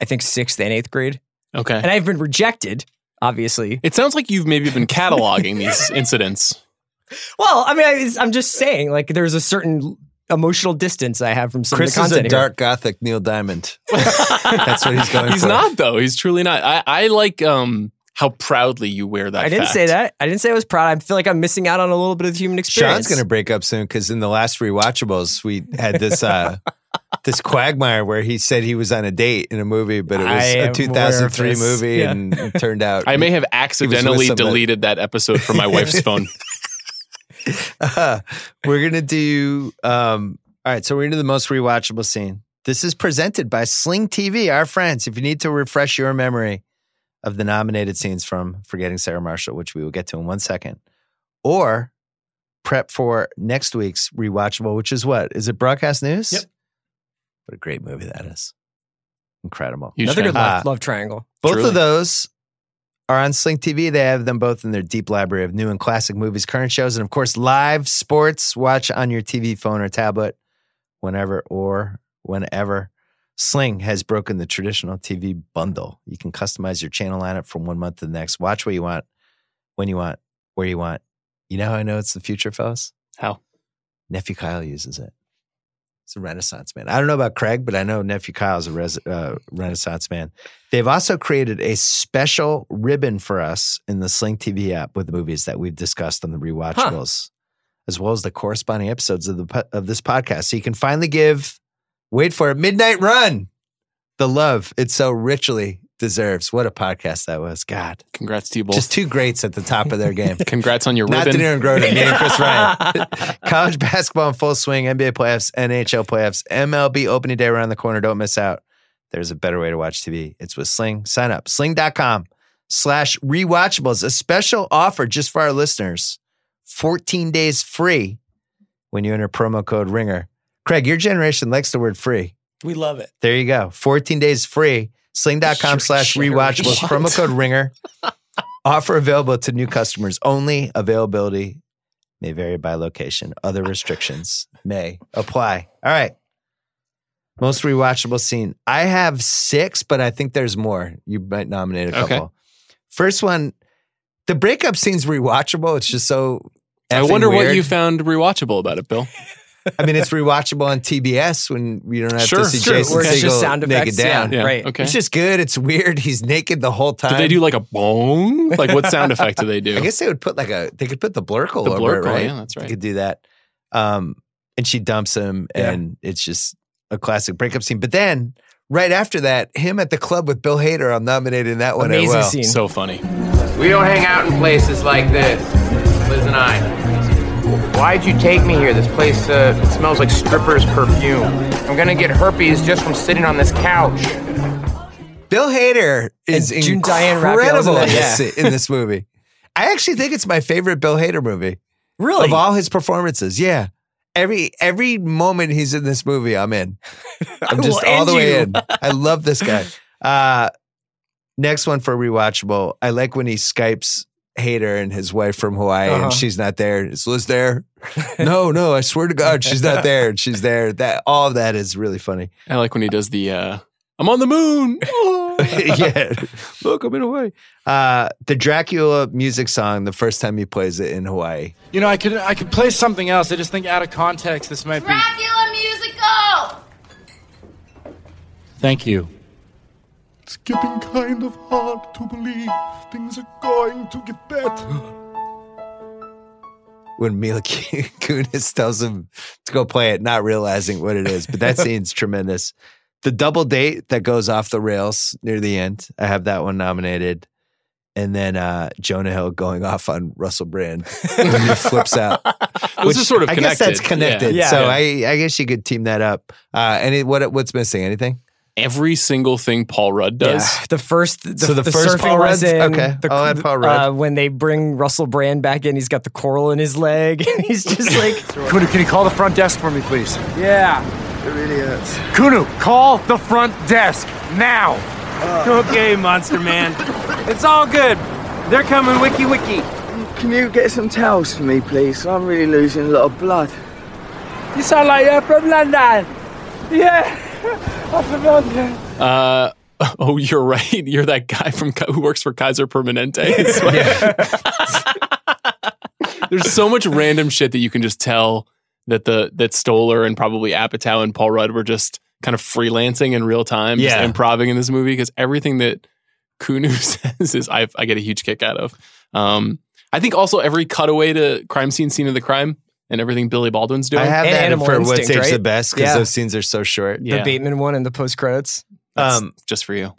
B: I think sixth and eighth grade.
H: okay.
B: and I've been rejected, obviously.
H: It sounds like you've maybe been cataloging these incidents.
B: Well, I mean, I, it's- I'm just saying, like, there's a certain emotional distance I have from some
A: Chris
B: of the
A: is a
B: content. here.
A: dark gothic Neil Diamond. That's what he's going
H: He's
A: for.
H: not though. He's truly not. I, I like um how proudly you wear that.
B: I didn't
H: fact.
B: say that. I didn't say I was proud. I feel like I'm missing out on a little bit of the human experience.
A: Sean's going to break up soon because in the last rewatchables we had this uh, this quagmire where he said he was on a date in a movie, but it
B: I
A: was a
B: am
A: 2003
B: aware of this.
A: movie,
B: Yeah.
A: and it turned out
H: I may have
A: with
H: accidentally
A: somebody.
H: deleted that episode from my wife's phone.
A: Uh, we're gonna do. Um, all right, so we're into the most rewatchable scene. This is presented by Sling TV, our friends. If you need to refresh your memory of the nominated scenes from Forgetting Sarah Marshall, which we will get to in one second, or prep for next week's rewatchable, which is what is it? Broadcast news.
H: Yep.
A: What a great movie that is! Incredible.
H: Huge
B: Another
H: fan.
B: good love,
A: Uh,
B: love triangle.
A: Both
H: Truly.
A: of those are on Sling TV. They have them both in their deep library of new and classic movies, current shows, and of course, live sports. Watch on your TV, phone, or tablet whenever or whenever. Sling has broken the traditional TV bundle. You can customize your channel lineup from one month to the next. Watch what you want, when you want, where you want. You know how I know it's the future, fellas?
H: How?
A: Nephew Kyle uses it. It's a renaissance man. I don't know about Craig, but I know Nephew Kyle's a res- uh, renaissance man. They've also created a special ribbon for us in the Sling TV app with the movies that we've discussed on the rewatchables, as well as the corresponding episodes of the po- of this podcast. So you can finally give, wait for it, Midnight Run, the love it so richly deserves. What a podcast that was! God,
H: Congrats to you both.
A: just two greats at the top of their game.
H: Congrats on your
A: Not
H: ribbon.
A: Daenerys Groden, me and Chris Ryan. College basketball in full swing, NBA playoffs, NHL playoffs, MLB opening day around the corner. Don't miss out. There's a better way to watch TV. It's with Sling. Sign up. Sling.com slash rewatchables. A special offer just for our listeners. 14 days free when you enter promo code RINGER. Craig, your generation likes the word free.
B: We love it.
A: There you go. 14 days free. Sling.com
H: Your
A: slash rewatchables.
H: generation.
A: Promo code ringer. Offer available to new customers only. Availability may vary by location. Other restrictions may apply. All right. Most rewatchable scene. I have six, but I think there's more. You might nominate a
H: Okay.
A: couple. First one, the breakup scene's rewatchable. It's just so.
H: I
A: effing
H: wonder what
A: weird.
H: you found rewatchable about it, Bill.
A: I mean, it's rewatchable on TBS when you don't have
H: Sure,
A: to see
H: sure.
A: Jason
B: Where it's
A: Segel
B: just sound
A: naked
B: effects.
A: down.
B: Yeah,
H: Yeah.
B: right.
H: Okay.
A: It's just good. It's weird. He's naked the whole time.
H: Did they do like a bong? Like what sound effect do they do?
A: I guess they would put like a. They could put the blurkle
H: the
A: over it,
H: blurple.
A: right?
H: Yeah, that's
A: They
H: right.
A: could do that. Um, and she dumps him, and it's just a classic breakup scene. But then, right after that, him at the club with Bill Hader. I'm nominated in that one. as
B: Amazing
A: well.
B: scene.
H: So funny.
E: We don't hang out in places like this, Liz and I. Why'd you take me here? This place uh, it smells like stripper's perfume. I'm gonna get herpes just from sitting on this couch.
A: Bill Hader is
B: And June Diane Raphael's in
A: incredible in
B: that,
A: this, in this movie. I actually think it's my favorite Bill Hader movie
B: really?
A: of all his performances. Yeah. Every every moment he's in this movie, I'm in. I'm
B: will
A: just all
B: end
A: the way
B: you.
A: in. I love this guy. Uh, next one for rewatchable. I like when he Skypes Hater and his wife from Hawaii,
B: Uh-huh.
A: and she's not there. Is Liz there? no, no. I swear to God, she's not there. And she's there. That all of that is really funny.
H: I like when he does the uh I'm on the moon.
A: yeah, look, I'm in Hawaii. Uh, the Dracula music song. The first time he plays it in Hawaii.
G: You know, I could I could play something else. I just think out of context, this might be.
I: Dracula musical!
G: Thank you.
D: It's getting kind of hard to believe things are going to get better.
A: when Mila Kunis tells him to go play it, not realizing what it is. But that scene's tremendous. The double date that goes off the rails near the end. I have that one nominated. And then uh, Jonah Hill going off on Russell Brand when he flips out.
H: Those are sort of
A: I guess that's
H: connected.
A: connected.
B: Yeah.
A: So
B: Yeah.
A: I, I guess you could team that up. Uh, any what what's missing? Anything?
H: Every single thing Paul Rudd does.
B: Yeah, the first, the,
A: So the first
B: surfing
A: Paul
B: was
A: Rudd's-
B: in.
A: okay,
B: the-
A: I'll add Paul Rudd.
B: Uh, when they bring Russell Brand back in, he's got the coral in his leg, and he's just like,
D: Kunu, can you call the front desk for me, please?
I: Yeah.
D: Kunu, call the front desk now.
J: Uh.
I: Okay, Monster Man. It's all good. They're coming, wiki wiki.
J: Can you get some towels for me, please? I'm really losing a lot of blood.
I: You sound like you're from London. Yeah. I'm from London.
H: Uh, oh, you're right. You're that guy from Ki- who works for Kaiser Permanente. It's like- There's so much random shit that you can just tell that the that Stoller and probably Apatow and Paul Rudd were just kind of freelancing in real time, just
A: Yeah.
H: improving in this movie because everything that Kunu says is I, I get a huge kick out of. Um, I think also every cutaway to crime scene, scene of the crime, and everything Billy Baldwin's doing.
A: I have
B: And
A: that
B: Animal
A: for what
B: Instinct,
A: takes the
B: right?
A: best because
B: Yeah.
A: those scenes are so short.
H: yeah,
B: the Bateman one in the post credits.
H: that's
A: Um,
H: just for you.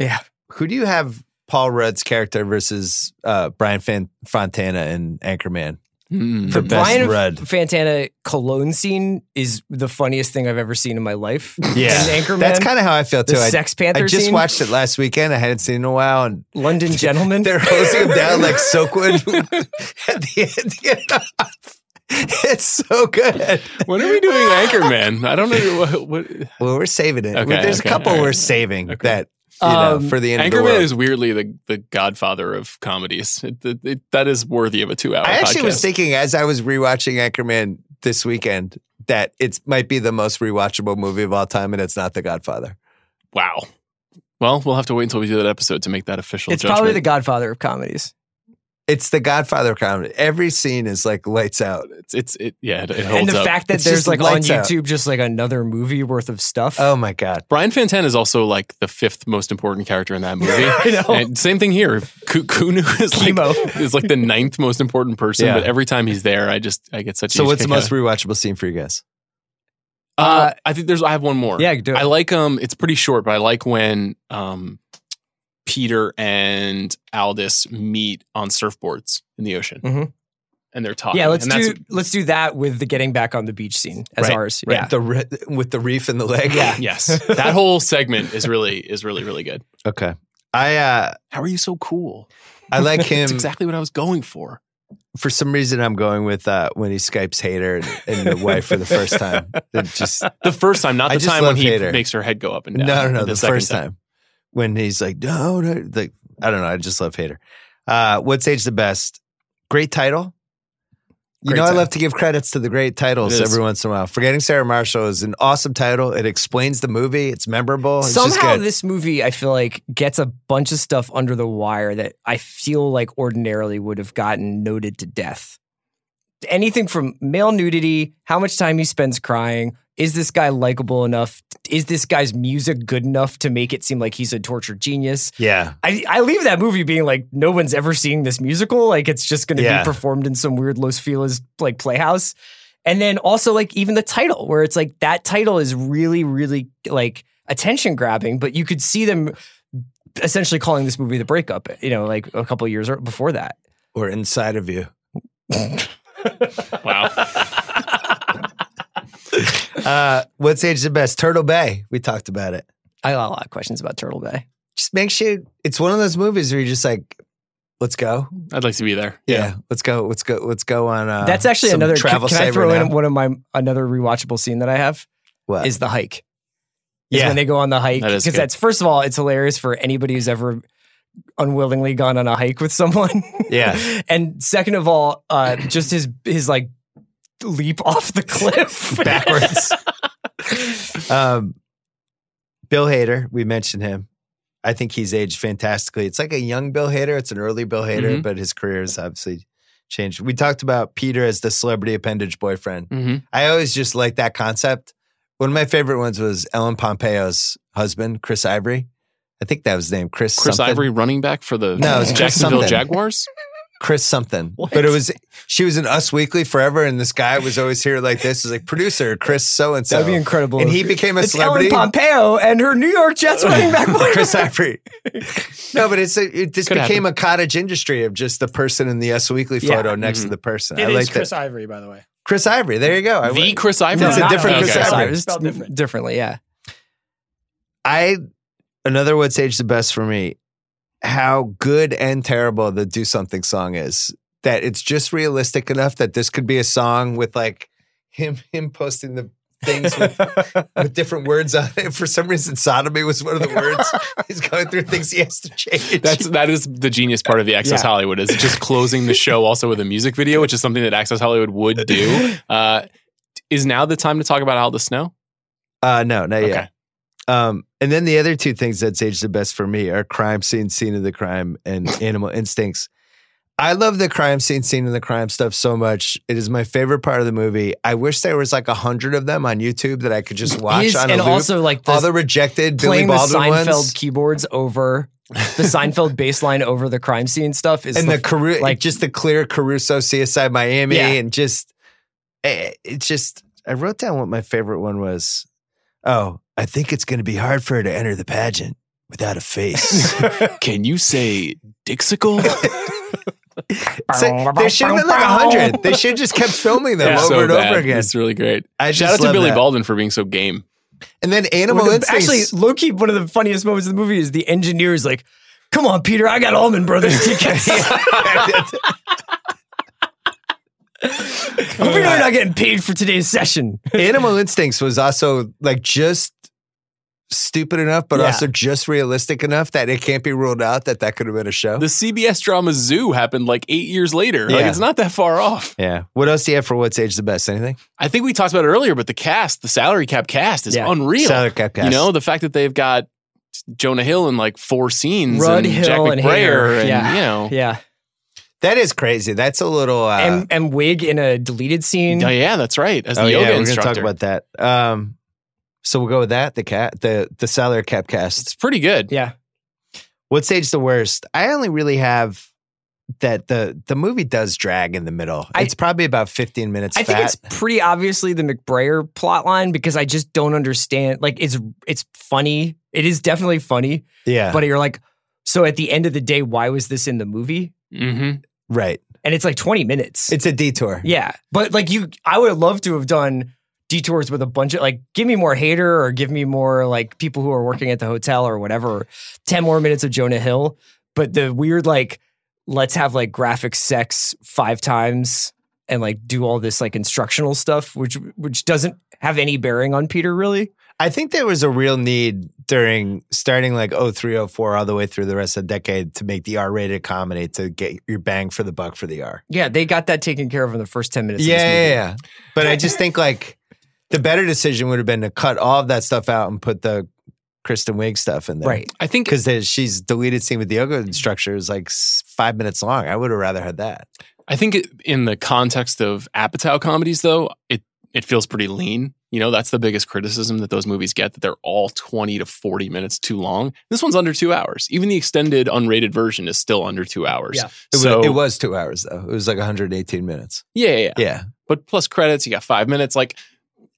A: who do you have Paul Rudd's character versus uh, Brian Fan- Fontana in Anchorman?
H: Mm.
A: The best
B: Brian
A: Rudd.
B: Fantana cologne scene is the funniest thing I've ever seen in my life. and Anchorman.
A: That's kind of how I feel too.
B: the
A: I,
B: Sex Panther
A: I just
B: scene?
A: watched it last weekend. I hadn't seen it in a while, and
B: London gentleman.
A: they're hosing him down like Silkwood at the end. to get it off. It's so good.
H: When are we doing Anchorman? I don't know what, what
A: Well, we're saving it.
H: Okay,
A: There's
H: okay,
A: a couple
H: all right.
A: we're saving
H: Okay.
A: that you know
B: Um,
A: for the end of the
H: Anchorman
A: world.
H: is weirdly the, the godfather of comedies. It, it- it- that is worthy of a two hour.
B: Oh,
A: I actually
H: podcast.
A: was thinking as I was rewatching Anchorman this weekend that it might be the most rewatchable movie of all time, and it's not The Godfather.
H: wow. Well, we'll have to wait until we do that episode to make that official.
B: it's probably the
H: judgment.
B: godfather of comedies.
A: It's The Godfather comedy. Every scene is like lights out.
H: it's, it's it, yeah. It, it holds
B: And the
H: up.
B: fact that
A: It's
B: there's
A: just
B: like on
A: lights out.
B: YouTube just like another movie worth of stuff.
A: Oh my god.
H: Brian Fantana is also like the fifth most important character in that movie. I know. And same thing here. Ku- Kunu is like
B: Chemo.
H: is like the ninth most important person,
A: Yeah.
H: but every time he's there, I just I get such. a
A: So
H: huge
A: what's the
H: kick out
A: most
H: of it.
A: rewatchable scene for you guys?
H: Uh, I think there's. I have one more.
B: Yeah, do it.
H: I like. Um, it's pretty short, but I like when um, Peter and Aldous meet on surfboards in the ocean,
B: Mhm.
H: and they're talking.
B: yeah, let's
H: and that's-
B: do let's do that with the getting back on the beach scene as
H: Right,
B: ours.
H: right.
B: Yeah.
A: The re- with the reef in the leg.
B: Yeah.
H: Yes, that whole segment is really is really really good.
A: Okay. I uh
H: How are you so cool?
A: I like him
H: That's exactly what I was going for.
A: for some reason I'm going with uh when he Skypes Hater and, and the wife for the first time. It just
H: The first time, not
A: I
H: the
A: just
H: time when
A: love
H: he
A: Hader.
H: makes her head go up and
A: no
H: down.
A: no no
H: but
A: the,
H: second
A: first time. When he's like, no, no like I don't know, I just love Hater. Uh what's age the best? Great title. You
H: Great
A: know, I
H: title.
A: love to give credits to the great titles
H: It is.
A: every once in a while. Forgetting Sarah Marshall is an awesome title. It explains the movie. It's memorable. It's just
B: Somehow
A: good.
B: this movie I feel like gets a bunch of stuff under the wire that I feel like ordinarily would have gotten noted to death. Anything from male nudity, how much time he spends crying, is this guy likable enough? Is this guy's music good enough to make it seem like he's a tortured genius?
A: yeah.
B: I, I leave that movie being like no one's ever seeing this musical. Like it's just going to
A: Yeah.
B: be performed in some weird Los Feliz like playhouse. And then also like even the title where it's like that title is really really like attention grabbing, but you could see them essentially calling this movie the breakup. You know, like a couple years or- before that.
A: Or inside of you.
H: time. Wow.
A: Uh, what's age the best? Turtle Bay. We talked about it.
B: I got a lot of questions about Turtle Bay.
A: Just make sure it's one of those movies where you're just like, let's go.
H: I'd like to be there.
A: Yeah, let's go. Let's go. Let's go on. Uh,
B: That's actually
A: some
B: another. Can,
A: travel.
B: can I
A: site
B: throw
A: right
B: in
A: now. Uh.
B: one of my another rewatchable scene that I have?
A: What?
B: is the hike. Is
A: Yeah.
B: when they go on the hike
H: That is
B: because
H: good.
B: that's first of all, it's hilarious for anybody who's ever unwillingly gone on a hike with someone.
A: Yeah.
B: and second of all, uh, just his his like leap off the cliff
A: backwards. um, Bill Hader. We mentioned him. I think he's aged fantastically. It's like a young Bill Hader. It's an early Bill Hader,
H: Mhm.
A: but his career has obviously changed. We talked about Peter as the celebrity appendage boyfriend.
H: hmm
A: I always just like that concept. One of my favorite ones was Ellen Pompeo's husband, Chris Ivory. I think that was his name, Chris.
H: Chris
A: something.
H: Ivory, running back for the
A: No, it's Chris
H: Jacksonville
A: something.
H: Jaguars.
A: Chris something. But it was she was in Us Weekly forever, and this guy was always here like this. He's like producer Chris so and so.
B: That'd be incredible.
A: And
B: if-
A: he became a
B: it's
A: celebrity.
B: Ellen Pompeo and her New York Jets running back.
A: Chris Ivory. No, but it's a, it, this
H: Could
A: became a cottage industry of just the person in the Us Weekly
B: Yeah. Mm-hmm.
A: photo next to the person.
K: It
A: I
K: is
A: like
K: Chris
A: that.
K: Ivory, by the way.
A: Chris Ivory. There you go. I
H: The
A: win.
H: Chris Ivory.
A: It's a
K: No, not
A: different
H: him.
A: Chris
H: Okay.
A: Ivory.
B: It's
K: Spelled different.
B: differently, yeah.
A: I another what's age the best for me. How good and terrible the do something song is. That it's just realistic enough that this could be a song with like him him posting the things with, with different words on it. For some reason, sodomy was one of the words. He's going through things he has to change.
H: That's that is the genius part of the Access
B: Yeah.
H: Hollywood is just closing the show also with a music video, which is something that Access Hollywood would do. Uh, is now the time to talk about All the Snow?
A: uh no, not
H: Okay.
A: yet. Um, and then the other two things that's aged the best for me are crime scene, scene of the crime, and animal instincts. I love the crime scene, scene of the crime stuff so much. It is my favorite part of the movie. I wish there was like a hundred of them on YouTube that I could just watch
B: His-
A: on a
B: and
A: loop.
B: also like the,
A: All the rejected Billy
B: playing the
A: Baldwin
B: Seinfeld
A: ones
B: keyboards over the Seinfeld bass line over the crime scene stuff is
A: and the, Caru- like
B: like-
A: just the clear Caruso CSI Miami
B: Yeah.
A: and just eh, it's just I wrote down what my favorite one was. Oh, I think it's going to be hard for her to enter the pageant without a face.
H: Can you say Dixicle?
A: So they should have been like a hundred. They should have just kept filming them over
H: so
A: and
H: bad.
A: over again.
H: It's really great.
A: I
H: Shout
A: just
H: out to
A: love
H: Billy
A: that.
H: Baldwin for being so game.
A: And then
B: One
A: Animal
B: of the- actually,
A: Instincts.
B: low key, one of the funniest moments of the movie is the engineer is like, "Come on, Peter, I got Allman Brothers tickets. Hope you're really not getting paid for today's session."
A: Animal Instincts was also like just stupid enough, but
B: Yeah.
A: also just realistic enough that it can't be ruled out that that could have been a show.
H: The CBS drama Zoo happened like eight years later. Like
A: Yeah.
H: it's not that far off.
A: yeah. What else do you have for What's Age the Best? Anything?
H: I think we talked about it earlier, but the cast, the salary cap cast, is
B: Yeah.
H: unreal.
A: Salary cap
H: You
A: cast.
H: know the fact that they've got Jonah Hill in like four scenes,
B: Rudd
H: and
B: Hill
H: Jack
B: and Hader.
H: McBrayer, and
B: Yeah.
H: you know,
B: Yeah,
A: That is crazy. That's a little. Uh,
B: and and wig in a deleted scene.
H: Oh yeah, that's right. As the
A: oh
H: yoga
A: yeah, we're going to
H: instructor,
A: talk about that. Um, so we'll go with that. The cat, the the salary cap cast.
H: it's pretty good.
B: Yeah,
A: What's age the worst? I only really have that the the movie does drag in the middle.
B: I-
A: it's probably about 15 minutes
B: I
A: fat.
B: think it's pretty obviously the McBrayer plot line because I just don't understand. Like it's it's funny. It is definitely funny,
A: yeah.
B: but you're like, so at the end of the day, why was this in the movie?
H: hmm
A: right.
B: And it's like 20 minutes.
A: It's a detour.
B: yeah, but like you, I would love to have done detours with a bunch of like, give me more hater or give me more like people who are working at the hotel or whatever. 10 more minutes of Jonah Hill, but the weird like, let's have like graphic sex five times and like do all this like instructional stuff, which which doesn't have any bearing on Peter really.
A: I think there was a real need during starting like 03, 04 all the way through the rest of the decade to make the R rated comedy to get your bang for the buck for the R.
B: Yeah, they got that taken care of in the first 10 minutes. of this movie.
A: yeah. But I just think like the better decision would have been to cut all of that stuff out and put the Kristen Wiig stuff in there.
B: Right.
H: I think
A: Because she's deleted scene with the
H: Mm-hmm.
A: yoga instructor is like s- five minutes long. I would have rather had that.
H: I think it, in the context of Apatow comedies, though, it it feels pretty lean. You know, that's the biggest criticism that those movies get that they're all twenty to forty minutes too long. This one's under two hours. Even the extended unrated version is still under two hours.
B: Yeah.
A: It was,
H: so
A: it was two hours though. It was like 118 minutes.
H: yeah, yeah, yeah.
A: Yeah.
H: But plus credits, you got five minutes. Like,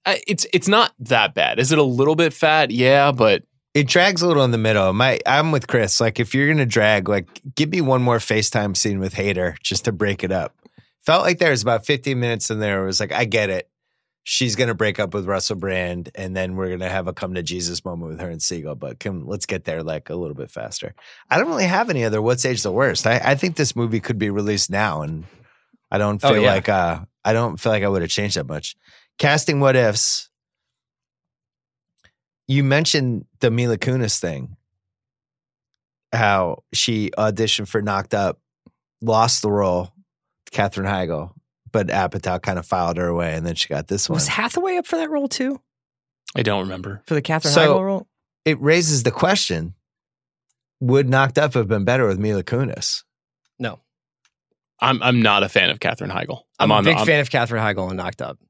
H: I- it's it's not that bad. Is it a little bit fat? Yeah, but
A: It drags a little in the middle. My, I'm with Chris. Like, if you're gonna drag, like, give me one more FaceTime scene with Hater just to break it up. Felt like there was about 15 minutes in there. Where it was like, I get it. She's gonna break up with Russell Brand, and then we're gonna have a come to Jesus moment with her and Siegel. But can let's get there like a little bit faster. I don't really have any other. What's age the worst? I, I think this movie could be released now, and I don't
B: Oh,
A: feel
B: yeah.
A: like uh, I don't feel like I would have changed that much. Casting what ifs. You mentioned the Mila Kunis thing. How she auditioned for Knocked Up, lost the role, Katherine Heigl, but Apatow kind of filed her away, and then she got this one.
B: Was Hathaway up for that role too?
H: I don't remember.
B: For the Catherine
A: So-
B: Heigl role?
A: It raises the question: Would Knocked Up have been better with Mila Kunis?
H: I'm I'm not a fan of Katherine Heigl.
B: I'm, a
H: on the-
B: big fan of Catherine Heigl and Knocked Up.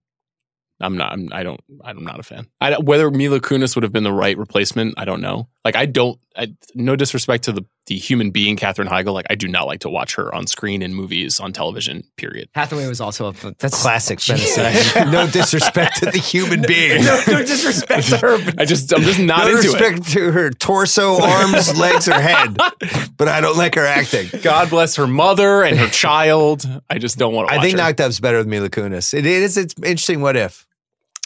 H: I'm not. I'm, I don't. I'm not a fan. I, don't- whether Mila Kunis would have been the right replacement, I don't know. Like, I don't. I, no disrespect to the the human being, Katherine Heigl. Like, I do not like to watch her on screen in movies on television. Period.
B: Hathaway was also a that's
A: classic Benison. no disrespect to the human being.
B: no, no disrespect to her. but
H: I just. I'm just not
A: no
H: into
A: respect to her torso, arms, legs, or head, but I don't like her acting.
H: it. God bless her mother and her child. I just don't want to.
A: I
H: Watch
A: think
H: her.
A: Knocked Up's better than Mila Kunis. It is. It's interesting. What if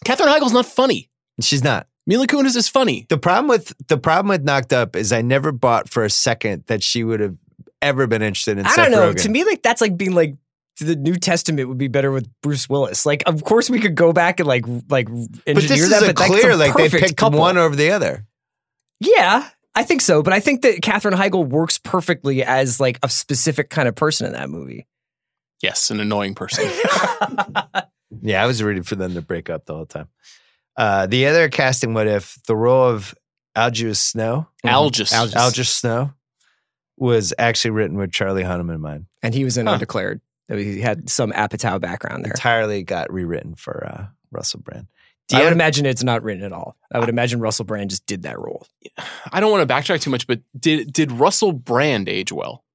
H: Katherine Heigl's not funny.
A: she's not?
H: Mila Kunis is funny.
A: The problem with the problem with Knocked Up is I never bought for a second that she would have ever been interested in.
B: I
A: Seth
B: don't know.
A: Rogen.
B: To me, like that's like being like the New Testament would be better with Bruce Willis. Like, of course, we could go back and like like engineer
A: but this is
B: that.
A: a
B: but
A: clear
B: that's a
A: like they
B: perfect
A: picked
B: couple.
A: one over the other.
B: Yeah, I think so. But I think that Katherine Heigl works perfectly as like a specific kind of person in that movie.
H: Yes, an annoying person.
A: Yeah, I was rooting for them to break up the whole time. Uh, the other casting, what if the role of Algius Snow,
H: Algis.
A: Algius Snow, was actually written with Charlie Hunnam in mind.
B: and he was in
H: Huh.
B: Undeclared. So He had some Apatow background there.
A: Entirely got rewritten for uh, Russell Brand.
B: I would
A: Deanna-
B: imagine it's not written at all. I would imagine Russell Brand just did that role.
H: I don't want to backtrack too much, but did did Russell Brand age well?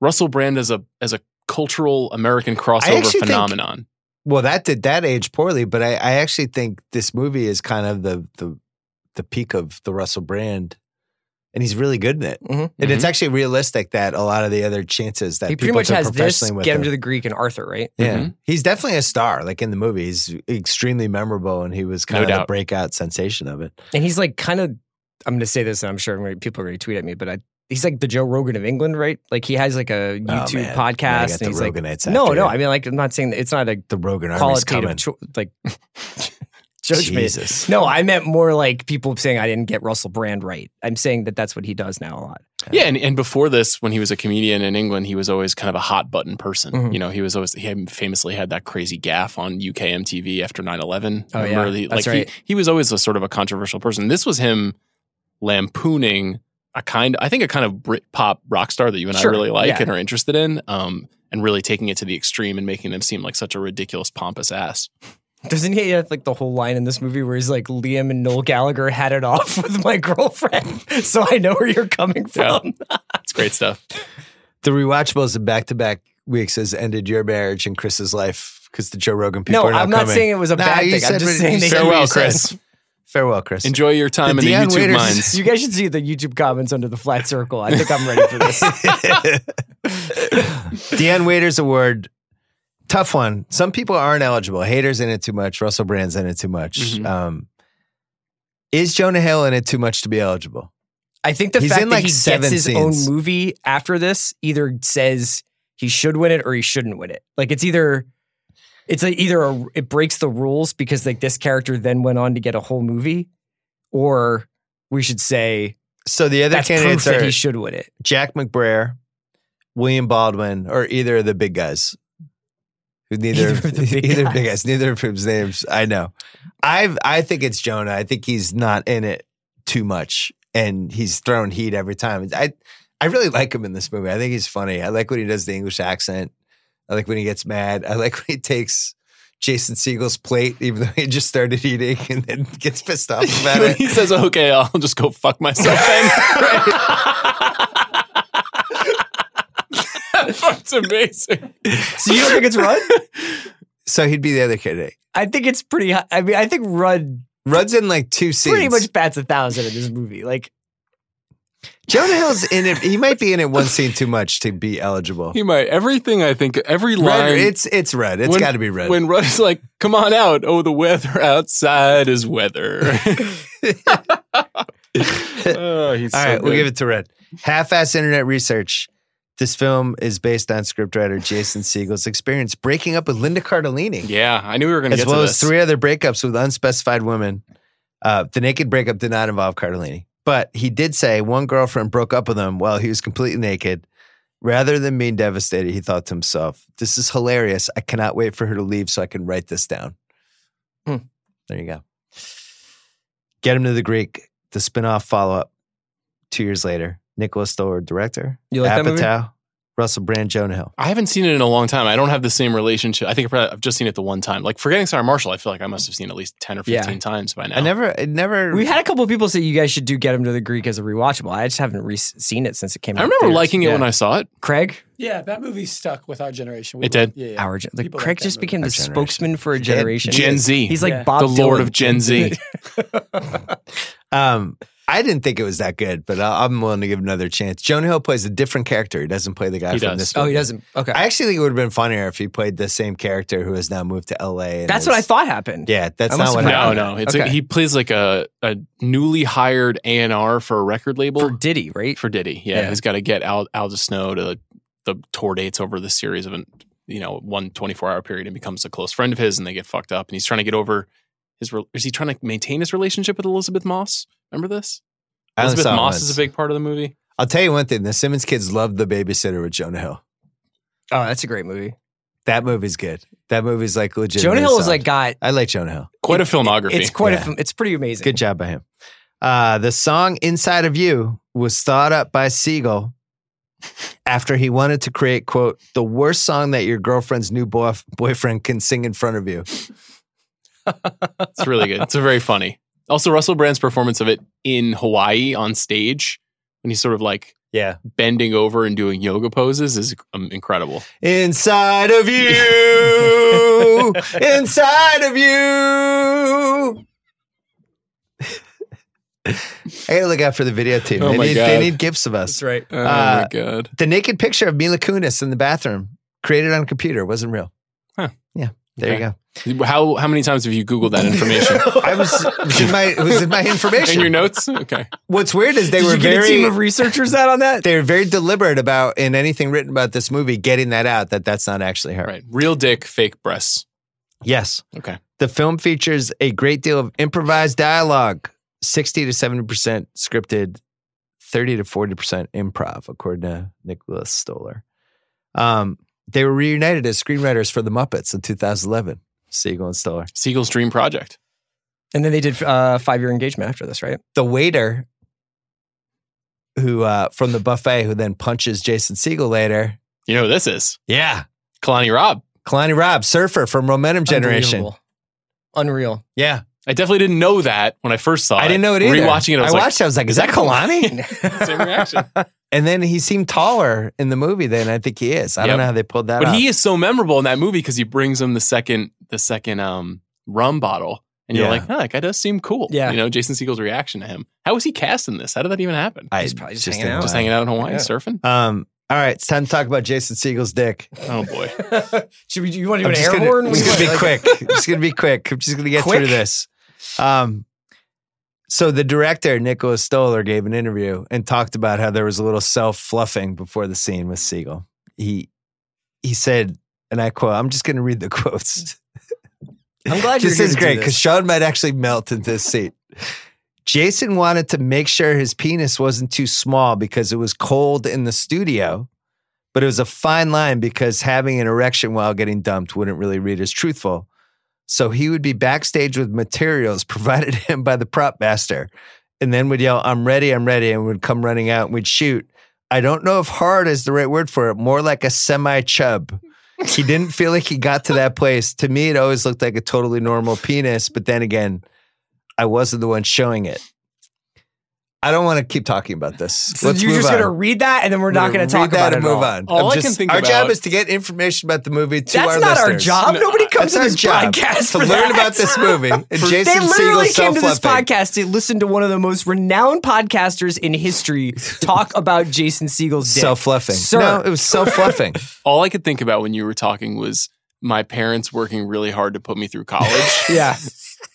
H: Russell Brand as a as a cultural American crossover
A: actually think-
H: phenomenon.
A: Well, that did that age poorly, but I, I actually think this movie is kind of the the the peak of the Russell Brand, and he's really good in it.
B: Mhm.
A: And it's actually realistic that a lot of the other chances Mm-hmm. that
B: He pretty
A: people
B: much
A: took
B: has this.
A: professionally with
B: Get him to Mm-hmm. the Greek and Arthur, right?
A: yeah,
H: Mhm.
A: he's definitely a star. Like in the movie, he's extremely memorable, and he was kind
H: No
A: of the
H: doubt.
A: breakout sensation of it.
B: And he's like kind of, I'm going to say this, and I'm sure I'm gonna, people are going to tweet at me, but I, he's like the Joe Rogan of England, right? Like he has like a YouTube
A: Oh, man. Now you
B: podcast.
A: got
B: And
A: the
B: he's like,
A: Roganites
B: no,
A: after
B: no.
A: you.
B: I mean, like, I'm not saying that it's not a
A: The Rogan army's coming.
B: qualitative cho- like judgment.
A: Jesus.
B: No, I meant more like people saying I didn't get Russell Brand right. I'm saying that that's what he does now a lot.
H: Yeah, and, and before this, when he was a comedian in England, he was always kind of a hot button person.
B: Mhm.
H: You know, he was always he had- famously had that crazy gaff on UK MTV after 9-11.
B: Oh, yeah.
H: Remember the-
B: That's
H: like
B: right.
H: he, he was always a sort of a controversial person. This was him lampooning a kind I think a kind of Brit pop rock star that you and
B: Sure,
H: I really like
B: yeah.
H: and are interested in. Um and really taking it to the extreme and making them seem like such a ridiculous pompous ass.
B: Doesn't he have like the whole line in this movie where he's like Liam and Noel Gallagher had it off with my girlfriend, so I know where you're coming
H: Yeah.
B: from.
H: It's great stuff.
A: The rewatchables of back to back weeks has ended your marriage and Chris's life because the Joe Rogan people.
B: No,
A: are
B: I'm not
A: coming.
B: saying it was a
A: Nah,
B: bad
A: you
B: thing. I'm
A: said
B: just
A: what-
B: saying
A: you
B: they-
A: said what
H: Farewell,
A: you said.
H: Chris.
A: Farewell, Chris.
H: Enjoy your time in the
A: Deion
H: YouTube
A: Waiters-
H: mines.
B: You guys should see the YouTube comments under the flat circle. I think I'm ready for this.
A: Deanne Waiters Award. Tough one. Some people aren't eligible. Haters in it too much. Russell Brand's in it too much.
B: Mm-hmm.
H: Mhm.
A: Um, is Jonah Hill in it too much to be eligible?
B: I think the
A: He's
B: fact
A: in,
B: that
A: like,
B: he
A: seven
B: gets his
A: scenes.
B: own movie after this either says he should win it or he shouldn't win it. Like it's either it's a, either a, it breaks the rules because like this character then went on to get a whole movie, or we should say
A: So the other
B: that's proof
A: candidates
B: that
A: are
B: he should win it.
A: Jack McBrayer, William Baldwin, or either of the big guys. Who neither
B: Either of the big
A: either of the big
B: guys.
A: guys, neither of whose names I know. I've I think it's Jonah. I think he's not in it too much, and he's thrown heat every time. I I really like him in this movie. I think he's funny. I like when he does the English accent. I like when he gets mad. I like when he takes Jason Siegel's plate, even though he just started eating, and then gets pissed off about
H: When
A: it.
H: he says, "Okay, I'll just go fuck myself." Then. that part's amazing.
B: So you don't think it's Rudd?
A: So he'd be the other eh? candidate.
B: I think it's pretty. High. I mean, I think Rudd
A: Rudd's in like two scenes.
B: pretty much bats a thousand in this movie. Like
A: Jonah Hill's in it. He might be in it one scene too much to be eligible.
H: He might everything. I think every
A: Red,
H: line.
A: it's it's red. It's
H: when-
A: got to be red.
H: When Rudd's like, "Come on out!" Oh, the weather outside is weather. oh, he's
A: All
H: so
A: right, we'll
H: good.
A: give it to red. Half-ass internet research. This film is based on scriptwriter Jason Siegel's experience breaking up with Linda Cardellini,
H: Yeah, I knew we were going to
A: as
H: get
A: well
H: to
A: as
H: this.
A: three other breakups with unspecified women. Uh, the naked breakup did not involve Cardellini, but he did say one girlfriend broke up with him while he was completely naked. Rather than being devastated, he thought to himself, "This is hilarious. I cannot wait for her to leave so I can write this down."
B: Hmm.
A: There you go. Get him to the Greek. The spin-off follow-up two years later. Nicholas Stoller, director.
B: You like that movie?
A: Apatow. Russell Brand, Jonah Hill.
H: I haven't seen it in a long time. I don't have the same relationship. I think I probably, I've just seen it the one time. Like forgetting Sarah Marshall, I feel like I must have seen at least ten or
B: Yeah.
H: fifteen times by now.
A: I never, it never.
B: We had a couple of people say you guys should do Get Him to the Greek as a rewatchable. I just haven't re- seen it since it came out.
H: I remember liking it when I saw it.
B: Craig,
K: Yeah, that movie stuck with our generation.
H: It did.
K: Yeah, yeah.
B: our gen- like,
K: People like
B: Craig
K: that
B: just
K: movie.
B: became the
A: Our generation.
B: spokesman for a generation.
H: Gen Z.
B: He's like
K: Yeah.
B: Bob
H: the Lord
B: Dylan.
H: of Gen Z.
A: Um, I didn't think it was that good, but I- I'm willing to give it another chance. Jonah Hill plays a different character. He doesn't play the guy
H: He
A: from
H: does.
A: this.
B: Oh, he
A: movie.
B: doesn't. Okay,
A: I actually think it would have been funnier if he played the same character who has now moved to LA. and
B: that's
A: is-
B: what I thought happened.
A: Yeah, that's
B: I
A: not
B: must
A: what
B: have
H: no,
A: happened.
H: no. It's a,
B: Okay.
H: he plays like a, a newly hired A and R for a record label
B: for
H: for,
B: Diddy, right?
H: Diddy. Yeah,
B: Yeah.
H: he's got to get Al Al de Snow to the tour dates over the series of an you know one 24 hour period and becomes a close friend of his and they get fucked up and he's trying to get over his re- is he trying to maintain his relationship with Elizabeth Moss? Remember this?
A: I only
H: Elizabeth
A: saw it
H: Moss
A: once.
H: is a big part of the movie.
A: I'll tell you one thing: the Simmons kids love the babysitter with Jonah Hill.
B: Oh, that's a great movie.
A: That movie's good. That movie's like legit.
B: Jonah Hill was
A: solid.
B: like got.
A: I like Jonah Hill.
H: Quite a filmography.
B: It's quite
A: Yeah.
B: a. It's pretty amazing.
A: Good job by him. Uh, the song "Inside of You" was thought up by Siegel after he wanted to create quote the worst song that your girlfriend's new boyf- boyfriend can sing in front of you.
H: It's really good. It's very funny. Also, Russell Brand's performance of it in Hawaii on stage when he's sort of like
A: Yeah.
H: bending over and doing yoga poses is um, incredible.
A: Inside of you, inside of you. I gotta look out for the video team.
H: Oh
A: they,
H: my
A: need,
H: God.
A: they need gifts of us.
B: That's right.
H: Oh
A: Uh,
H: my god!
A: The naked picture of Mila Kunis in the bathroom, created on a computer, wasn't real.
H: Huh.
A: Yeah, there you go.
H: How how many times have you googled that information
A: I was it was in my it was in my information.
H: in your notes? Okay,
A: What's weird is they
B: Did
A: were
B: you get
A: very
B: a team of researchers out on that?
A: they were very deliberate about in anything written about this movie getting that out that that's not actually her.
H: all right. Real dick, fake breasts.
A: Yes.
H: Okay,
A: The film features a great deal of improvised dialogue, 60 to 70% scripted, 30 to 40% improv, according to Nicholas Stoller. Um, they were reunited as screenwriters for The Muppets in 2011, Siegel and Stoller.
H: Siegel's dream project.
B: And then they did uh, five year engagement after this, right?
A: The waiter who uh, from the buffet who then punches Jason Siegel later.
H: You know who this is
A: Yeah.
H: Kalani Rob.
A: Kalani Robb, surfer from Momentum Generation.
B: Unbelievable. Unreal.
A: Yeah.
H: I definitely didn't know that when I first saw it.
A: I didn't know it either.
H: Rewatching it, I was like,
A: watched it. I was like, is that Kalani?
H: same reaction.
A: And then he seemed taller in the movie than I think he is. I
H: Yep.
A: don't know how they pulled that
H: But
A: off.
H: he is so memorable in that movie because he brings him the second the second um rum bottle. And you're
A: Yeah.
H: like, huh, that guy does seem cool.
B: Yeah.
H: You know, Jason Siegel's reaction to him. How was he cast in this? How did that even happen?
A: I
B: He's probably just hanging
A: think
B: out.
A: it was-
H: Just hanging out in Hawaii surfing?
A: Um, all right, it's time to talk about Jason Siegel's dick.
H: Oh boy.
B: Should we? You want to do
A: I'm
B: an
A: just
B: air
A: gonna,
B: horn?
A: I'm
B: What
A: just
B: do you
A: gonna be
B: want? Like-
A: quick. I'm just gonna be quick. I'm just gonna get
B: Quick?
A: through this. Um, so the director Nicholas Stoller gave an interview and talked about how there was a little self fluffing before the scene with Siegel. He he said, and I quote, "I'm just gonna read the quotes."
B: I'm glad you're
A: this
B: here
A: is
B: to do
A: great
B: this.
A: because Sean might actually melt into his seat. Jason wanted to make sure his penis wasn't too small because it was cold in the studio, but it was a fine line because having an erection while getting dumped wouldn't really read as truthful. So he would be backstage with materials provided him by the prop master and then would yell, I'm ready, I'm ready, and would come running out and would shoot. I don't know if hard is the right word for it, more like a semi chub. He didn't feel like he got to that place. To me, it always looked like a totally normal penis, but then again, I wasn't the one showing it. I don't want to keep talking about this.
B: So
A: Let's
B: you're
A: move
B: just
A: on.
B: gonna read that, and then we're not gonna
A: Read
B: talk
A: that
B: about it.
A: and
B: at
A: move
B: all.
A: on.
H: All
A: I'm
H: I can think
A: our job
H: about-
A: is to get information about the movie to
B: That's
A: our
B: not our
A: listeners.
B: job.
H: No,
B: Nobody
A: That's
B: comes to
A: our
B: this
A: job,
B: podcast
A: to
B: for
A: learn
B: that.
A: about this movie. And Jason
B: they literally
A: Siegel's
B: came to this
A: self-loving.
B: podcast to listen to one of the most renowned podcasters in history talk about Jason Siegel's dick.
A: Self fluffing.
B: Sir.
A: No, it was self fluffing.
H: All I could think about when you were talking was my parents working really hard to put me through college.
B: yeah,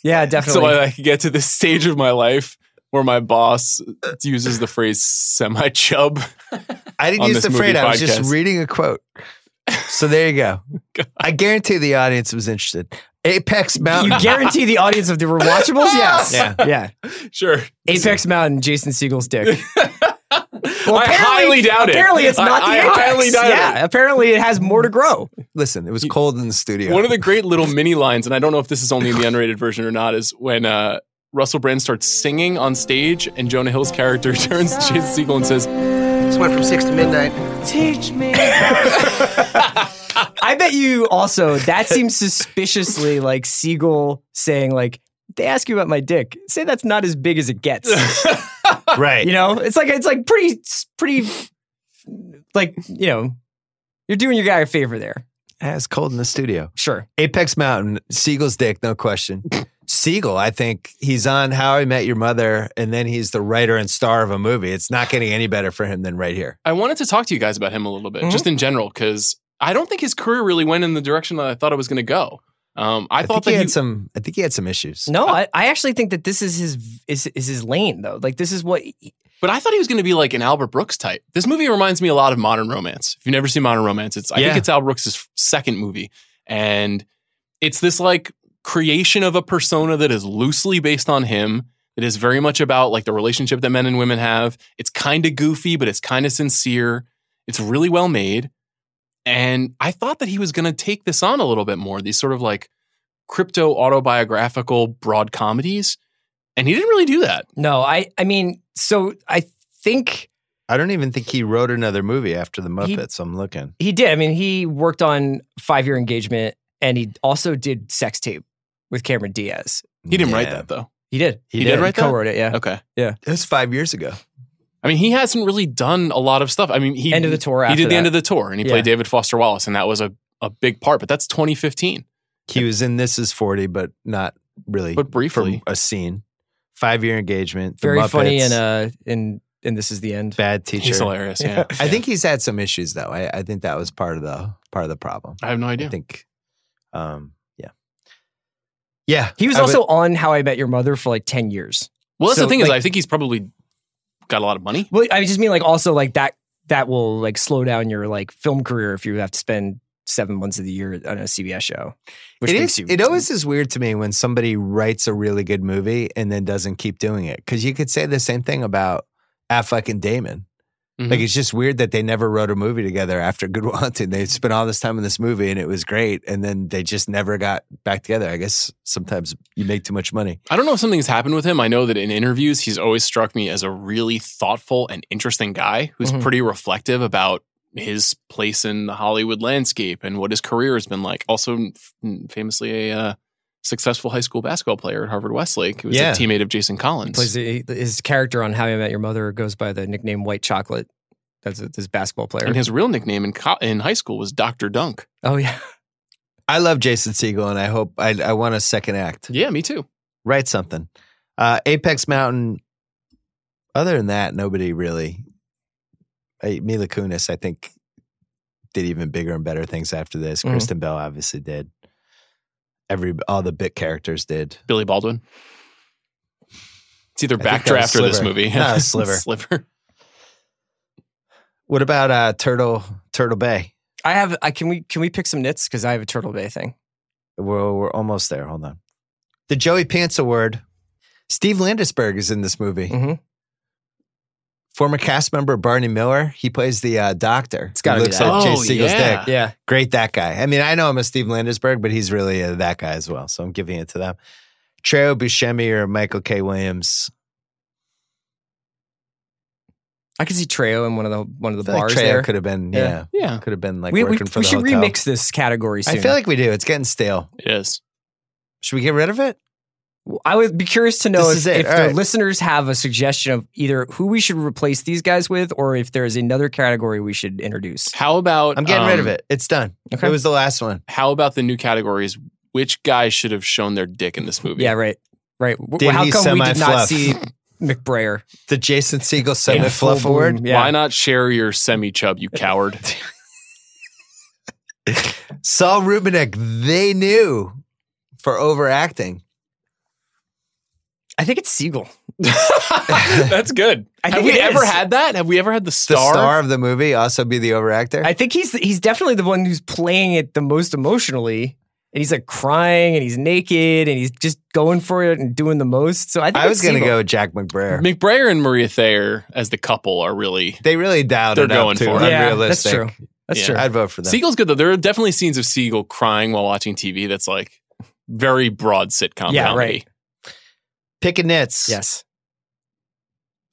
B: yeah, definitely.
H: so I, I could get to this stage of my life where my boss uses the phrase semi chub.
A: I didn't
H: On
A: use
H: this
A: the
H: movie
A: phrase. I was
H: podcast.
A: just reading a quote. So there you go. I guarantee the audience was interested. Apex Mountain.
B: you guarantee the audience of the rewatchables? Yes.
A: Yeah.
B: Yeah.
H: Sure.
B: Apex Mountain, Jason Siegel's dick.
H: I highly doubt it.
B: Apparently, it's not
H: I-
B: the
H: I
B: apex.
H: highly doubt
B: yeah, apparently it has more to grow.
A: Listen, it was cold in the studio.
H: One of the great little mini lines, and I don't know if this is only in the unrated version or not, is when uh, Russell Brand starts singing on stage, and Jonah Hill's character turns to Jason Siegel and says,
J: This went from six to midnight. Teach me.
B: I bet you also that seems suspiciously like Siegel saying like they ask you about my dick. Say that's not as big as it gets.
A: right.
B: You know, it's like it's like pretty it's pretty like, you know, you're doing your guy a favor there.
A: Yeah, it's cold in the studio.
B: Sure.
A: Apex Mountain, Siegel's dick, no question. Siegel, I think he's on How I Met Your Mother, and then he's the writer and star of a movie. It's not getting any better for him than right here.
H: I wanted to talk to you guys about him a little bit,
A: Mhm.
H: just in general, because I don't think his career really went in the direction that I thought it was going to go. Um, I,
A: I,
H: thought
A: think
H: that
A: he
H: he,
A: had some. I think he had some issues.
B: No, I, I actually think that this is his is is his lane though. Like this is what
H: but I thought he was going to be like an Albert Brooks type. This movie reminds me a lot of Modern Romance. If you've never seen Modern Romance, it's I
A: Yeah.
H: think it's Albert Brooks' second movie, and it's this like creation of a persona that is loosely based on him. That is very much about like the relationship that men and women have. It's kind of goofy, but it's kind of sincere. It's really well made. And I thought that he was going to take this on a little bit more, these sort of like crypto autobiographical broad comedies. And he didn't really do that.
B: No, I I mean, so I think
A: I don't even think he wrote another movie after the Muppets. I'm looking.
B: he did. I mean, he worked on Five Year Engagement and he also did Sex Tape with Cameron Diaz.
H: He didn't write
B: Yeah.
H: that though.
B: He did.
H: He, did, write that?
B: co-wrote it, yeah.
H: Okay.
B: Yeah.
A: It was five years ago.
H: I mean, he hasn't really done a lot of stuff. I mean, he
B: End of the tour
H: He
B: after
H: did the
B: that.
H: end of the tour, and he
B: Yeah.
H: played David Foster Wallace, and that was a, a big part. But that's 2015.
A: He was in This Is 40, but not really.
H: But briefly.
A: for a scene. Five year engagement. The
B: Very funny
A: Muppets,
B: in uh in in This Is the End.
A: bad teacher.
H: He's hilarious. Yeah.
A: I think he's had some issues though. I, I think that was part of the part of the problem.
H: I have no idea.
A: I think, um, yeah, yeah.
B: He was
A: I would-
B: also on How I Met Your Mother for like 10 years.
H: well, that's
B: So,
H: the thing is,
B: like-
H: I think he's probably got a lot of money.
B: Well, I just mean like also like that that will like slow down your like film career if you have to spend seven months of the year on a CBS show. Which
A: it
B: makes
A: is.
B: you
A: It always is weird to me when somebody writes a really good movie and then doesn't keep doing it because you could say the same thing about Affleck and Damon.
H: Mhm.
A: Like it's just weird that they never wrote a movie together after Good Will Hunting. They spent all this time in this movie and it was great, and then they just never got back together. I guess sometimes you make too much money.
H: I don't know if something's happened with him. I know that in interviews, he's always struck me as a really thoughtful and interesting guy who's
A: Mm-hmm.
B: Mhm.
H: pretty reflective about his place in the Hollywood landscape and what his career has been like. Also, f- famously, a uh, successful high school basketball player at Harvard Westlake. He was
A: Yeah.
H: a teammate of Jason Collins.
B: plays he- his character on How I Met Your Mother goes by the nickname White Chocolate. That's this basketball player.
H: and his real nickname in, co- in high school was Dr. Dunk.
B: oh yeah.
A: I love Jason Segel, and I hope I, I want a second act.
H: Yeah, me too.
A: write something. Uh, Apex Mountain. Other than that, nobody really. I, Mila Kunis, I think, did even bigger and better things after this.
B: Mhm.
A: Kristen Bell obviously did. Every all the bit characters did.
H: Billy Baldwin. It's either
A: I think that was
H: Backdraft or this
A: Sliver.
H: movie.
A: No, it's Sliver.
H: Sliver.
A: What about uh, Turtle Turtle Bay?
B: I have I can we can we pick some nits because I have a Turtle Bay thing.
A: We're we're almost there. Hold on. The Joey Pants Award. Steve Landisberg is in this movie.
B: Mm-hmm.
A: Former cast member Barney Miller. He plays the uh, doctor. It's
B: gotta be
A: looks
B: that.
A: at Jay
H: Oh,
A: Siegel's
H: yeah.
A: dick.
B: Yeah.
A: great that guy. I mean, I know him as Steve Landisberg, but he's really a that guy as well. So I'm giving it to them. Treo Buscemi or Michael K. Williams.
B: I could see Treo in one of the one of
A: I
B: the
A: feel like
B: bars
A: Treo
B: there.
A: could have been,
B: Yeah.
A: yeah,
H: Yeah,
A: could have been like
B: we we,
A: working for
B: we
A: the
B: should
A: hotel.
B: remix this category soon.
A: I feel like we do. It's getting stale.
H: it is.
A: Should we get rid of it?
B: I would be curious to know
A: This
B: if,
A: is it.
B: if
A: All
B: the
A: right.
B: listeners have a suggestion of either who we should replace these guys with, or if there is another category we should introduce.
H: How about
A: I'm getting rid of
H: um,
A: it. It's done.
B: Okay.
A: It was the last one.
H: How about the new categories? Which guys should have shown their dick in this movie?
B: Yeah, right, right. W-
A: Did
B: How
A: he
B: come we did
A: semi-fluff?
B: not see McBrayer?
A: The Jason Siegel semi
B: in full
A: fluff award.
B: bloom? Yeah.
H: Why not share your semi chub, you coward?
A: Saul Rubinek, they knew for overacting.
B: I think it's Siegel.
H: That's good.
B: I
H: have
B: think
H: we
B: it
H: ever
B: is.
H: had that? Have we ever had the
A: The
H: star?
A: star, of the movie also be the overactor.
B: I think he's he's definitely the one who's playing it the most emotionally, and he's like crying and he's naked and he's just going for it and doing the most. So I think
A: I was
B: it's
A: going to
B: Siegel.
A: go with Jack McBrayer.
H: McBrayer and Maria Thayer as the couple are really.
A: They really dialed
H: They're
A: it up
H: going
A: to
H: for it.
B: Yeah, that's
A: unrealistic.
B: true. That's
H: Yeah.
B: true.
A: I'd vote for them.
H: Siegel's good though. There are definitely scenes of Siegel crying while watching TV. That's like very broad sitcom.
B: Yeah,
H: comedy.
B: right.
A: Pick a nits.
B: yes.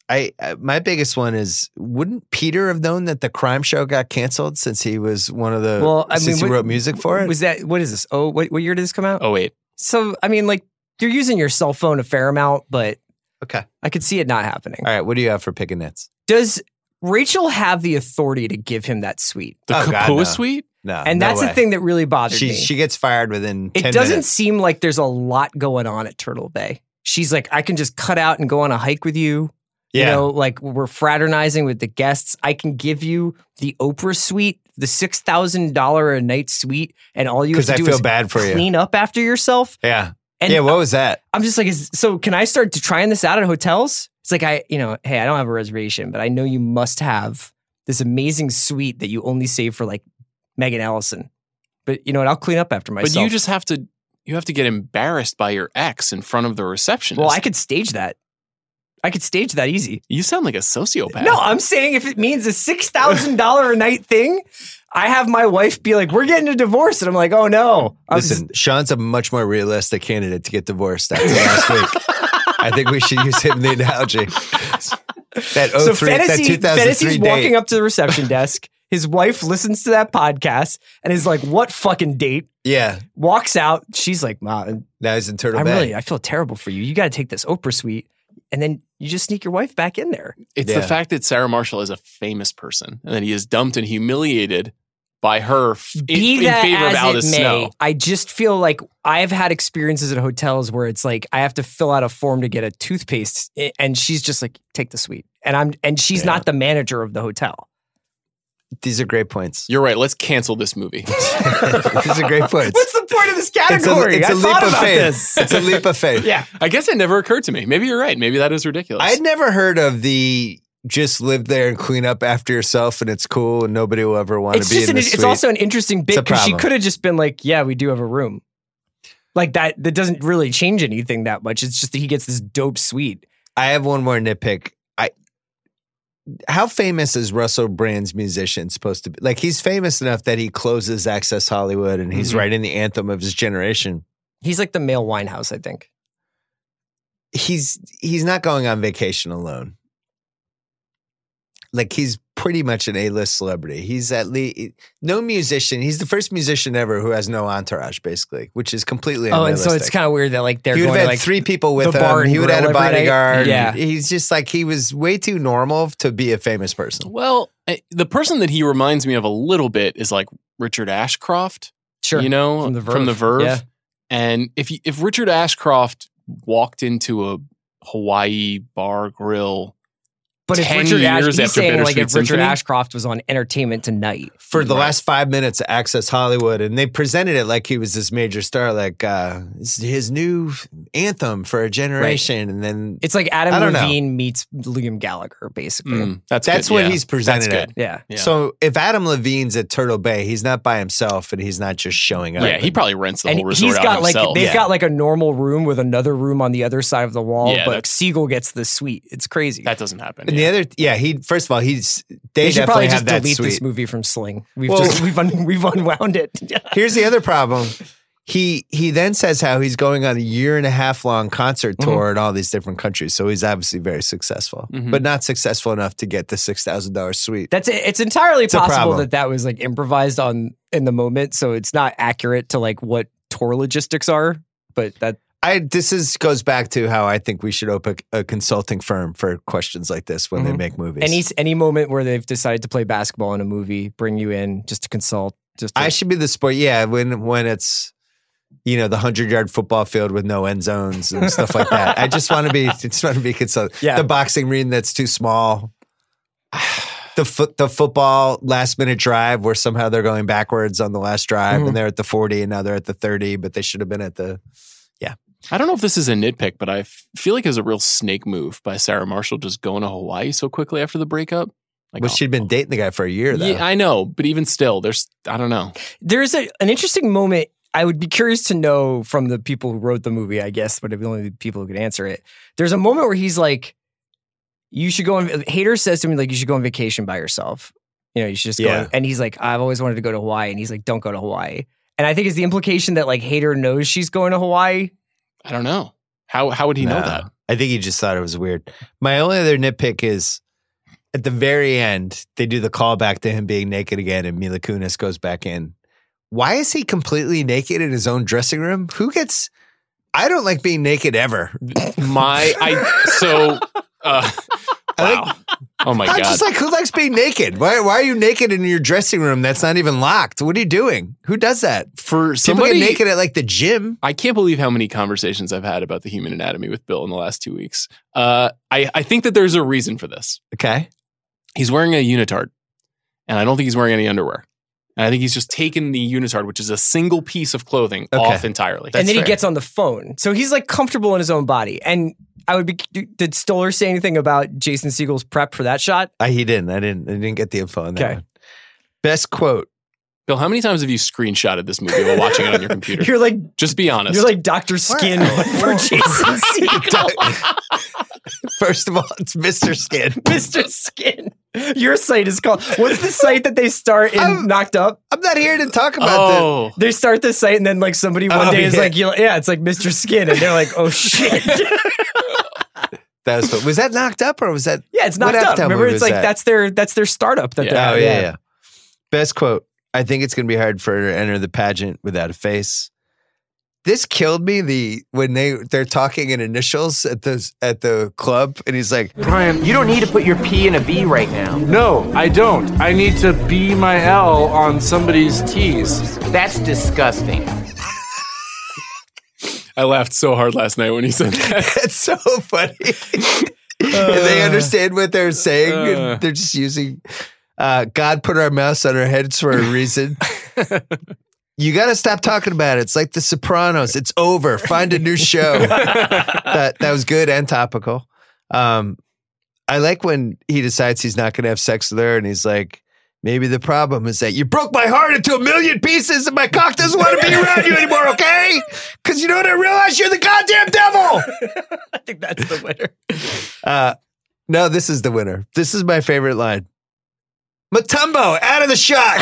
A: I uh, my biggest one is wouldn't Peter have known that the crime show got canceled since he was one of the
B: Well, I
A: since
B: mean,
A: he
B: what-
A: wrote music for it?
B: Was that what is this? Oh, what, what year did this come out?
H: Oh wait.
B: So I mean, like you're using your cell phone a fair amount, but
A: okay,
B: I could see it not happening.
A: All right, what do you have for picking nits?
B: Does Rachel have the authority to give him that suite?
H: The
A: Oh, God,
H: Kapua
A: no.
H: suite?
A: No,
B: and
A: no
B: that's
A: way.
B: the thing that really bothers
A: She
B: me.
A: she gets fired within.
B: it
A: 10
B: doesn't
A: minutes.
B: seem like there's a lot going on at Turtle Bay. She's like, I can just cut out and go on a hike with you.
A: Yeah.
B: You know, like we're fraternizing with the guests. I can give you the Oprah suite, the six thousand dollar a night suite, and all you have
A: 'Cause
B: to
A: I
B: do
A: feel
B: is
A: bad for you.
B: clean up after yourself.
A: Yeah.
B: And
A: yeah. What was that?
B: I'm just like, is, so can I start to trying this out at hotels? It's like I, you know, hey, I don't have a reservation, but I know you must have this amazing suite that you only save for like Megan Ellison. But you know what? I'll clean up after myself.
H: But you just have to you have to get embarrassed by your ex in front of the receptionist.
B: well, I could stage that. I could stage that easy.
H: You sound like a sociopath.
B: No, I'm saying if it means a six thousand dollar a night thing, I have my wife be like, "We're getting a divorce," and I'm like, "Oh no!" I was
A: Listen, Sean's a much more realistic candidate to get divorced after last week. I think we should use him in the analogy. That
B: so
A: 03 oh, that
B: fantasy,
A: 2003
B: fantasy's
A: date.
B: walking up to the reception desk. His wife listens to that podcast and is like, "What fucking date?"
A: Yeah.
B: Walks out. She's like, "Wow,
A: Now he's in Turtle
B: I
A: Bay.
B: really, I feel terrible for you. You got to take this Oprah suite, and then you just sneak your wife back in there."
H: It's
A: Yeah.
H: the fact that Sarah Marshall is a famous person and that he is dumped and humiliated by her f-
B: Be
H: in, in
B: that
H: favor
B: as
H: of Alice
B: it may,
H: Snow.
B: I just feel like I've had experiences at hotels where it's like I have to fill out a form to get a toothpaste, i- and she's just like, "Take the suite," and I'm and she's not the manager of the hotel.
A: These are great points.
H: You're right. Let's cancel this movie.
A: These are great points.
B: What's the point of this
A: It's a,
B: category?
A: it's a
B: I
A: leap
B: thought
A: of
B: about
A: faith.
B: this.
A: It's a leap of faith.
B: yeah.
H: I guess it never occurred to me. Maybe you're right. Maybe that is ridiculous.
A: I'd never heard of the just live there and clean up after yourself and it's cool and nobody will ever want
B: It's
A: to be
B: just
A: in
B: an,
A: this
B: it's
A: suite.
B: also an interesting
A: It's
B: bit
A: a
B: because she
A: problem.
B: could have just been like, "Yeah, we do have a room," like that. That doesn't really change anything that much. It's just that he gets this dope suite.
A: I have one more nitpick. I how famous is Russell Brand's musician supposed to be? Like he's famous enough that he closes Access Hollywood and he's
B: Mhm.
A: writing the anthem of his generation.
B: He's like the male Winehouse, I think.
A: He's he's not going on vacation alone. Like he's pretty much an A-list celebrity. He's at least no musician. He's the first musician ever who has no entourage, basically, which is completely
B: oh, and so it's
A: unrealistic.
B: kind of weird that like they're
A: he would
B: going
A: have
B: to
A: had
B: like
A: three people with
B: the bar
A: him.
B: and
A: He would have had a
B: grill every night.
A: bodyguard.
B: Yeah.
A: he's just like he was way too normal to be a famous person.
H: well, I, the person that he reminds me of a little bit is like Richard Ashcroft.
B: sure,
H: you know,
B: from the Verve.
H: Verve.
B: Yeah.
H: And if you, if Richard Ashcroft walked into a Hawaii bar grill,
B: But if
H: 10
B: Richard Ash,
H: years
B: he's
H: after
B: saying like if
H: Bittersweet
B: Richard
H: Symphony?
B: Ashcroft was on Entertainment Tonight,
A: For the last five minutes of Access Hollywood, and they presented it like he was this major star, like uh, it's his new anthem for a generation. And then
B: it's like
A: I don't
B: Adam
A: know.
B: Levine meets Liam Gallagher, basically.
H: mm, that's
A: that's
H: good.
A: what
H: Yeah.
A: he's presented
H: That's
A: at.
H: good.
B: Yeah,
H: Yeah.
A: So if Adam Levine's at Turtle Bay, he's not by himself and he's not just showing up.
H: yeah, he probably rents the whole
B: and
H: resort
B: he's
H: out
B: got like
H: himself.
B: they've
A: Yeah.
B: got like a normal room with another room on the other side of the wall,
H: Yeah,
B: but
H: that's-
B: Siegel gets the suite. It's crazy.
H: that doesn't
A: And
H: happen. yeah.
A: the other, yeah, he first of all, he's
B: they,
A: they,
B: should
A: definitely
B: probably
A: have
B: just
A: that
B: delete
A: suite.
B: this movie from Sling. We've
A: Well-
B: just we've un, we've unwound it.
A: Here's the other problem. He he then says how he's going on a year and a half long concert tour in all these different countries. So he's obviously very successful,
H: Mhm.
A: but not successful enough to get the six thousand dollars suite.
B: That's it. It's entirely
A: a
B: possible
A: problem.
B: that that was like improvised on in the moment, so it's not accurate to like what tour logistics are. But that
A: I this is goes back to how I think we should open a consulting firm for questions like this when they
B: Mhm.
A: make movies.
B: any any moment where they've decided to play basketball in a movie, bring you in just to consult. Just to,
A: I should be the sport. Yeah, when when it's you know the hundred yard football field with no end zones and stuff like that. I just want to be just want to be consulted.
B: Yeah.
A: the boxing ring that's too small. The foot the football last minute drive where somehow they're going backwards on the last drive
H: Mm-hmm.
B: Mhm.
A: and they're at the forty and now they're at the thirty, but they should have been at the.
H: I don't know if this is a nitpick, but I f- feel like it was a real snake move by Sarah Marshall just going to Hawaii so quickly after the breakup. Like,
A: Well,
H: oh,
A: she'd been dating the guy for a year though.
H: yeah, I know, but even still, there's I don't know.
B: there's a, an interesting moment. I would be curious to know from the people who wrote the movie, I guess, but it'd be only the people who could answer it. There's a moment where he's like, "You should go on." Hater says to me like, "You should go on vacation by yourself." You know, you should just go.
A: Yeah.
B: on- and he's like, "I've always wanted to go to Hawaii," and he's like, "Don't go to Hawaii." And I think it's the implication that like Hater knows she's going to Hawaii.
H: I don't know how how would he know
A: No.
H: that?
A: I think he just thought it was weird. My only other nitpick is at the very end, they do the callback to him being naked again, and Mila Kunis goes back in. Why is he completely naked in his own dressing room? Who gets? I don't like being naked ever.
H: My, I so. Uh, wow. Oh my
A: I'm
H: god.
A: just like, who likes being naked? Why, why are you naked in your dressing room that's not even locked? What are you doing? Who does that?
H: For
A: People
H: somebody-
A: get naked at like the gym.
H: I can't believe how many conversations I've had about the human anatomy with Bill in the last two weeks. Uh, I, I think that there's a reason for this.
A: Okay.
H: He's wearing a unitard, and I don't think he's wearing any underwear. And I think he's just taken the unitard, which is a single piece of clothing,
B: Okay.
H: off entirely.
B: and then he gets on the phone. So he's like comfortable in his own body. And I would be did Stoller say anything about Jason Siegel's prep for that shot?
A: I, he didn't. I didn't. I didn't get the info on that.
B: Okay.
A: One. Best quote.
H: Bill, how many times have you screenshotted this movie while watching it on your computer?
B: You're like
H: just be honest.
B: you're like Dr. Skin for Jason Siegel.
A: First of all, it's Mr. Skin.
B: Mr. Skin. Your site is called What's the site that they start in Knocked Up?
A: I'm not here to talk about
H: Oh.
B: They start the site and then like somebody one
A: Oh,
B: day is
A: yeah.
B: like, "You'll- yeah, it's like Mr. Skin. And they're like, oh shit.
A: that. That was was that knocked up or was that?
B: Yeah, it's
A: What
B: knocked up.
A: Apatow
B: Remember,
A: movie was
B: it's like
A: that?
B: that's their that's their startup that
H: Yeah.
B: they're
A: Oh yeah, yeah. Best quote. I think it's going to be hard for her to enter the pageant without a face. This killed me. The when they they're talking in initials at the at the club, and he's like,
E: Brian, you don't need to put your P in a V right now.
G: No, I don't. I need to be my L on somebody's T's.
E: That's disgusting.
H: I laughed so hard last night when he said that.
A: "That's so funny." and they understand what they're saying. and they're just using. Uh, God put our mouths on our heads for a reason. you got to stop talking about it. It's like The Sopranos. It's over. Find a new show. that that was good and topical. Um, I like when he decides he's not going to have sex with her, and he's like, maybe the problem is that you broke my heart into a million pieces, and my cock doesn't want to be around you anymore. Okay? Because you know what? I realize you're the goddamn devil.
B: I think that's the winner.
A: Uh, no, this is the winner. This is my favorite line. Matumbo, out of the shot.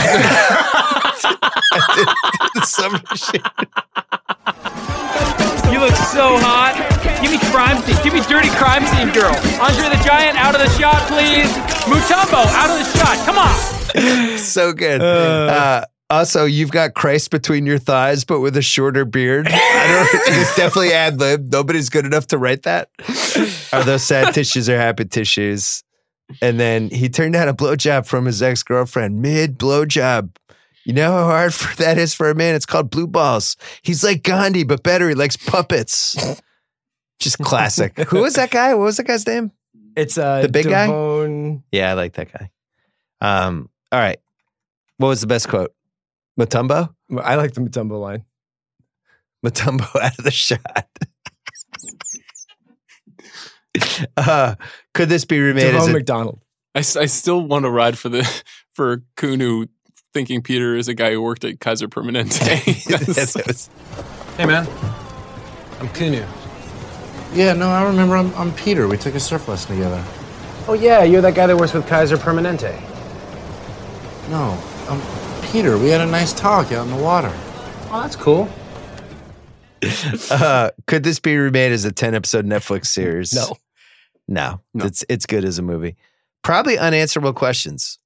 A: Some shit.
I: You look so hot. Give me crime scene. Give me dirty crime scene girl. Andre the Giant out of the shot, please. Mutombo out of the shot. Come on.
A: so good. Uh, also, you've got Christ between your thighs, but with a shorter beard. I don't. It's definitely ad lib. Nobody's good enough to write that. Are those sad tissues or happy tissues? And then he turned down a blowjob from his ex girlfriend mid blowjob. You know how hard for that is for a man. It's called blue balls. He's like Gandhi, but better. He likes puppets. Just classic. Who was that guy? What was that guy's name?
B: It's uh
A: The big guy?
B: Devone-
A: Yeah, I like that guy. Um, all right. What was the best quote? Matumbo?
B: Well, I like the Matumbo line.
A: Matumbo out of the shot. uh, could this be remade as
B: Devon
A: a
B: McDonald.
H: I, s- I still want to ride for the for Kunu thinking Peter is a guy who worked at Kaiser Permanente.
A: That's-
H: That's-
A: that was-
L: Hey, man. I'm Kunu. Yeah, no, I remember. I'm, I'm Peter. We took a surf lesson together.
M: Oh, yeah, you're that guy that works with Kaiser Permanente.
L: No, I'm Peter. We had a nice talk out in the water.
M: Oh, that's cool.
A: uh, could this be remade as a 10 episode Netflix series?
B: No.
A: No. It's it's good as a movie. Probably unanswerable questions.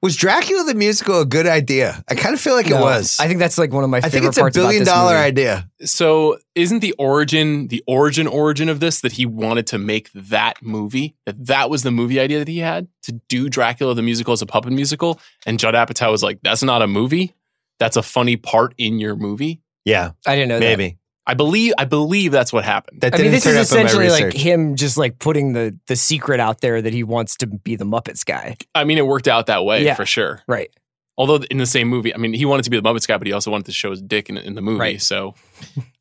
A: Was Dracula the musical a good idea? I kind of feel like it
B: No,
A: was.
B: I think that's like one of my
A: I
B: favorite
A: think it's a
B: parts about
A: billion
B: this
A: dollar
B: movie.
A: idea.
H: so isn't the origin the origin origin of this that he wanted to make that movie that that was the movie idea that he had to do Dracula the musical as a puppet musical and Judd Apatow was like that's not a movie that's a funny part in your movie
A: Yeah,
B: I didn't know that.
A: maybe.
H: I believe I believe that's what happened
A: That
B: I mean,
A: didn't
B: this
A: turn
B: is
A: up in my
B: essentially like
A: research.
B: him just like putting the the secret out there that he wants to be the Muppets guy.
H: I mean it worked out that way
B: Yeah.
H: for sure
B: Right.
H: although in the same movie I mean he wanted to be the Muppets guy but he also wanted to show his dick in, in the movie
B: Right.
H: so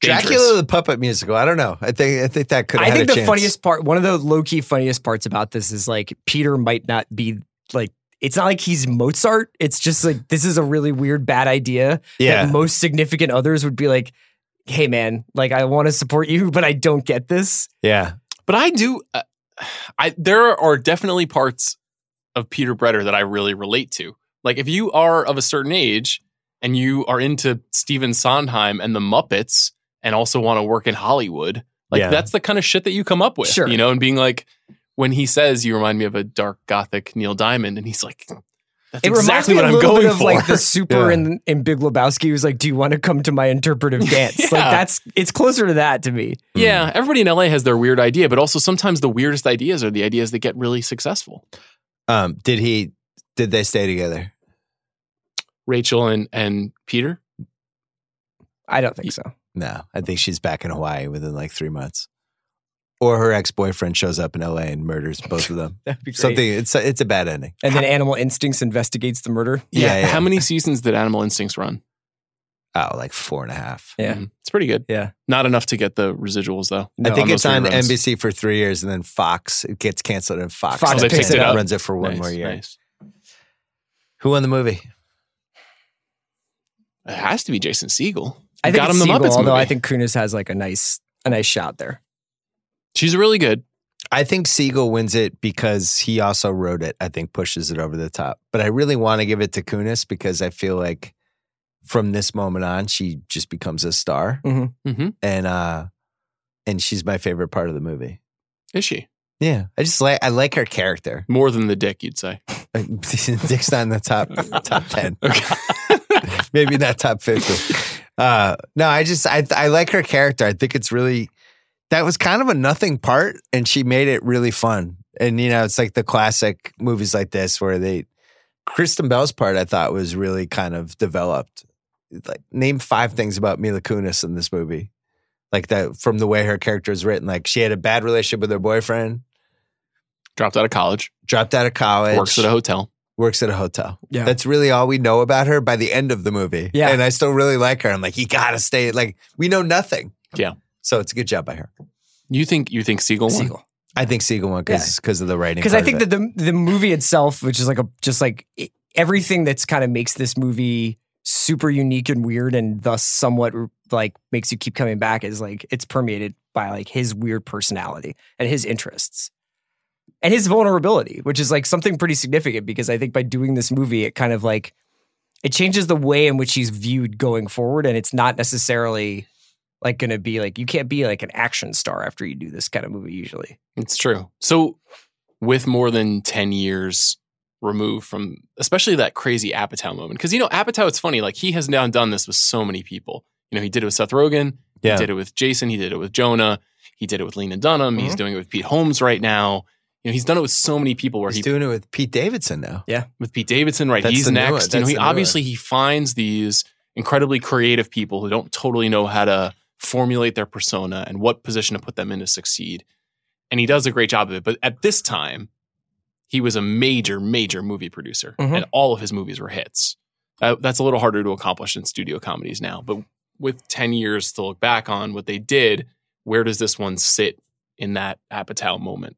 A: Dracula the puppet musical. I don't know. I think I think that could.
B: I
A: have
B: think
A: a
B: the
A: chance.
B: funniest part, one of the low key funniest parts about this is like Peter might not be like. It's not like he's Mozart. It's just like this is a really weird bad idea.
A: Yeah.
B: That most significant others would be like, "Hey man, like I want to support you, but I don't get this."
A: Yeah,
H: But I do. Uh, I there are definitely parts of Peter Bretter that I really relate to. Like if you are of a certain age and you are into Stephen Sondheim and the Muppets and also want to work in Hollywood, Like
N: Yeah.
H: that's the kind of shit that you come up with,
N: Sure.
H: you know, and being like, when he says, "You remind me of a dark gothic Neil Diamond," and he's like, "That's
B: it reminds
H: exactly
B: me
H: what
B: a
H: I'm
B: little
H: going
B: bit of
H: for."
B: like the super in, in Big Lebowski who's like, "Do you want to come to my interpretive dance?" Like
H: Yeah.
B: that's it's closer to that to me.
H: yeah, everybody in LA has their weird idea, but also sometimes the weirdest ideas are the ideas that get really successful.
A: Um, did he? Did they stay together?
H: Rachel and and Peter.
B: I don't think so.
A: No, I think she's back in Hawaii within like three months. Or her ex boyfriend shows up in LA and murders both of them.
B: That'd be great.
A: Something. It's a, it's a bad ending.
B: And then Animal Instincts investigates the murder.
A: Yeah, yeah.
H: How many seasons did Animal Instincts run?
A: Oh, like four and a half.
B: Yeah.
H: Mhm. It's pretty good.
B: Yeah.
H: Not enough to get the residuals though.
A: I think it's
H: those
A: on
H: reruns.
A: NBC for three years, and then Fox it gets canceled, and Fox,
H: Fox Oh, they
A: picks
H: picked it up.
A: runs it for one
H: Nice,
A: more year.
H: nice.
A: Who won the movie?
H: It has to be Jason Siegel.
B: I think
H: got
B: it's
H: him the
B: Siegel,
H: Muppets
B: although
H: movie.
B: I think Kunis has like a nice a nice shot there.
H: She's really good.
A: I think Siegel wins it because he also wrote it. I think pushes it over the top. But I really want to give it to Kunis because I feel like from this moment on, she just becomes a star,
B: Mm-hmm.
H: Mm-hmm.
A: and uh, and she's my favorite part of the movie.
H: Is she
A: Yeah, I just like I like her character.
H: more than the dick? You'd say.
A: Dick's not in the top top ten. Maybe not top fifty. Uh, no, I just I I like her character. I think it's really that was kind of a nothing part, and she made it really fun. And you know, it's like the classic movies like this where they Kristen Bell's part I thought was really kind of developed. Like name five things about Mila Kunis in this movie. Like that from the way her character is written. Like she had a bad relationship with her boyfriend,
H: Dropped out of college.
A: dropped out of college,
H: Works at a hotel.
A: works at a hotel.
H: Yeah.
A: That's really all we know about her by the end of the movie.
H: Yeah.
A: And I still really like her. I'm like, you gotta stay. Like, we know nothing.
H: Yeah.
A: So it's a good job by her.
H: You think you think Siegel won?
B: Siegel.
A: I think Siegel won because of the writing.
B: Because I think that the the movie itself, which is like a just like i- everything that's kind of makes this movie super unique and weird, and thus somewhat like makes you keep coming back, is like it's permeated by like his weird personality and his interests and his vulnerability, which is like something pretty significant. Because I think by doing this movie, it kind of like it changes the way in which he's viewed going forward, and it's not necessarily like going to be like you can't be like an action star after you do this kind of movie usually.
H: It's true. So, with more than 10 years removed from, especially that crazy Apatow moment, because, you know, Apatow, it's funny, like he has now done this with so many people. You know, he did it with Seth Rogen,
A: Yeah.
H: he did it with Jason, he did it with Jonah, he did it with Lena Dunham, he's
A: Mhm.
H: doing it with Pete Holmes right now. You know, he's done it with so many people where
A: he's
H: he
A: doing it with Pete Davidson now.
B: Yeah.
H: with Pete Davidson, right?
A: That's
H: he's
A: the new one.
H: next. You know,
A: That's
H: he
A: the new one.
H: obviously he finds these incredibly creative people who don't totally know how to formulate their persona and what position to put them in to succeed. And he does a great job of it. But at this time, he was a major, major movie producer,
A: Mm-hmm.
N: Mhm.
H: and all of his movies were hits. Uh, that's a little harder to accomplish in studio comedies now. But with 10 years to look back on what they did, where does this one sit in that Apatow moment?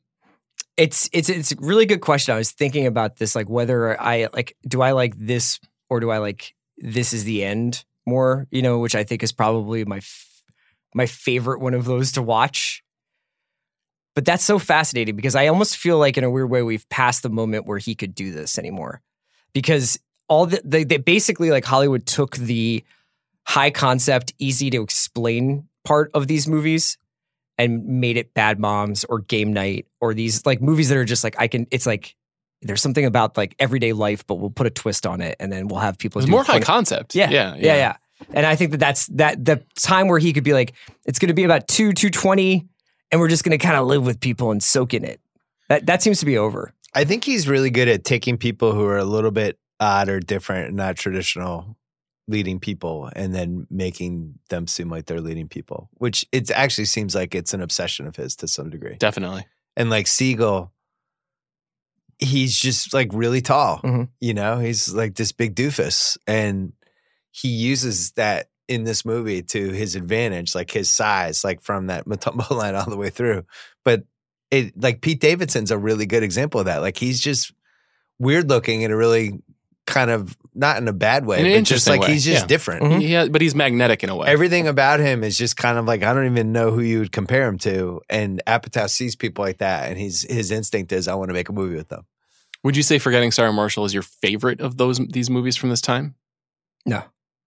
B: It's it's it's a really good question. I was thinking about this, like whether I like do I like this or do I like this is the end more? You know, which I think is probably my f- my favorite one of those to watch. But that's so fascinating because I almost feel like in a weird way we've passed the moment where he could do this anymore, because all the they, they basically like Hollywood took the high concept, easy to explain part of these movies and made it Bad Moms or Game Night or these like movies that are just like I can. It's like there's something about like everyday life, but we'll put a twist on it, and then we'll have people.
H: It's
B: do
H: more high
B: fun-
H: concept.
B: Yeah,
H: Yeah.
B: yeah, yeah, And I think that that's that the time where he could be like, it's going to be about two two twenty, and we're just going to kind of live with people and soak in it. That that seems to be over.
A: I think he's really good at taking people who are a little bit odd or different and not traditional leading people and then making them seem like they're leading people, which it actually seems like it's an obsession of his to some degree.
H: Definitely.
A: And like Siegel, he's just like really tall.
H: Mm-hmm.
B: Mhm.
A: You know, he's like this big doofus. And he uses that in this movie to his advantage, like his size, like from that Matumbo line all the way through. But it like Pete Davidson's a really good example of that. Like he's just weird looking in a really kind of not in a bad way,
H: In an
A: but just
H: interesting
A: like
H: way,
A: he's just
H: yeah. Mm-hmm.
A: different.
H: Yeah, but he's magnetic in a way.
A: Everything about him is just kind of like I don't even know who you would compare him to. And Apatow sees people like that, and he's his instinct is I want to make a movie with them.
H: Would you say Forgetting Sarah Marshall is your favorite of those these movies from this time?
B: No,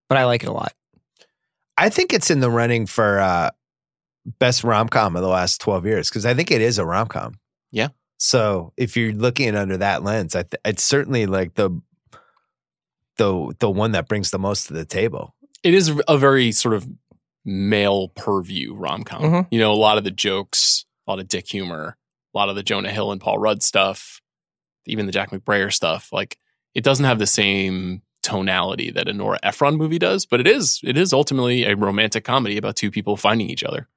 B: but I like it a lot.
A: I think it's in the running for uh, best rom com of the last twelve years because I think it is a rom com.
H: Yeah.
A: So if you're looking under that lens, I th- it's certainly like the the the one that brings the most to the table.
H: it is a very sort of male purview rom com.
A: Mhm.
H: You know, a lot of the jokes, a lot of dick humor, a lot of the Jonah Hill and Paul Rudd stuff, even the Jack McBrayer stuff. Like, it doesn't have the same tonality that a Nora Ephron movie does, but it is it is ultimately a romantic comedy about two people finding each other.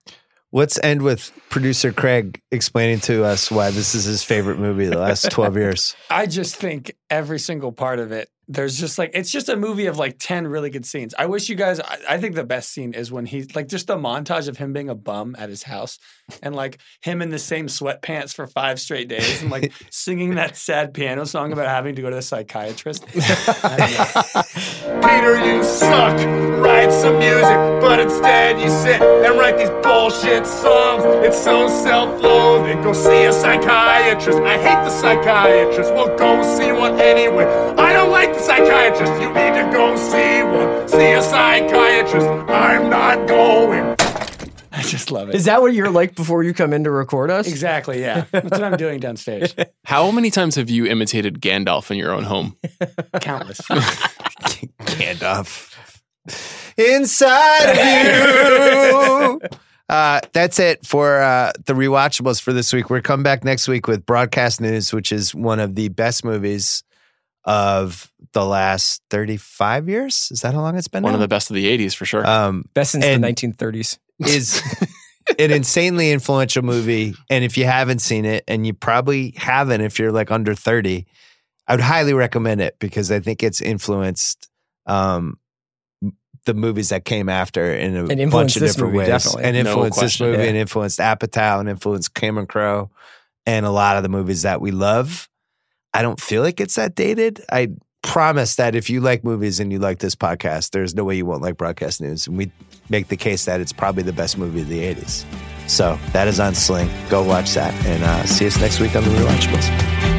A: Let's end with producer Craig explaining to us why this is his favorite movie of the last twelve years.
K: I just think every single part of it, there's just like, it's just a movie of like 10 really good scenes. I wish you guys, I, I think the best scene is when he's like just the montage of him being a bum at his house and like him in the same sweatpants for five straight days and like singing that sad piano song about having to go to the psychiatrist.
D: Peter, you suck. Write some music, but instead you sit and write these bullshit songs. It's so self-loathing. Go see a psychiatrist. I hate the psychiatrist. Well, go see one anyway. I don't like the psychiatrist. You need to go see one. See a psychiatrist. I'm not going.
K: I just love it.
B: Is that what you're like before you come in to record us?
K: Exactly. Yeah. That's what I'm doing downstairs.
H: How many times have you imitated Gandalf in your own home?
K: Countless.
A: Gandalf. Inside of you. Uh, that's it for uh, the rewatchables for this week. We're coming back next week with broadcast news, which is one of the best movies of the last 35 years. Is that how long it's been?
H: One of
A: now?
H: the best of the 80s for sure.
A: Um,
B: best since
A: and-
B: the 1930s.
A: is an insanely influential movie. And if you haven't seen it, and you probably haven't if you're like under 30, I would highly recommend it because I think it's influenced um, the movies that came after in a
B: And influenced
A: bunch of
B: this
A: different
B: movie,
A: ways.
B: definitely.
A: And
B: No
A: influenced this
B: question.
A: movie
B: Yeah.
A: and influenced Apatow and influenced Cameron Crowe and a lot of the movies that we love. I don't feel like it's that dated. I promise that if you like movies and you like this podcast, there's no way you won't like broadcast news. And we make the case that it's probably the best movie of the 80s. So that is on Sling. Go watch that and uh, see us next week on The Rewatchables.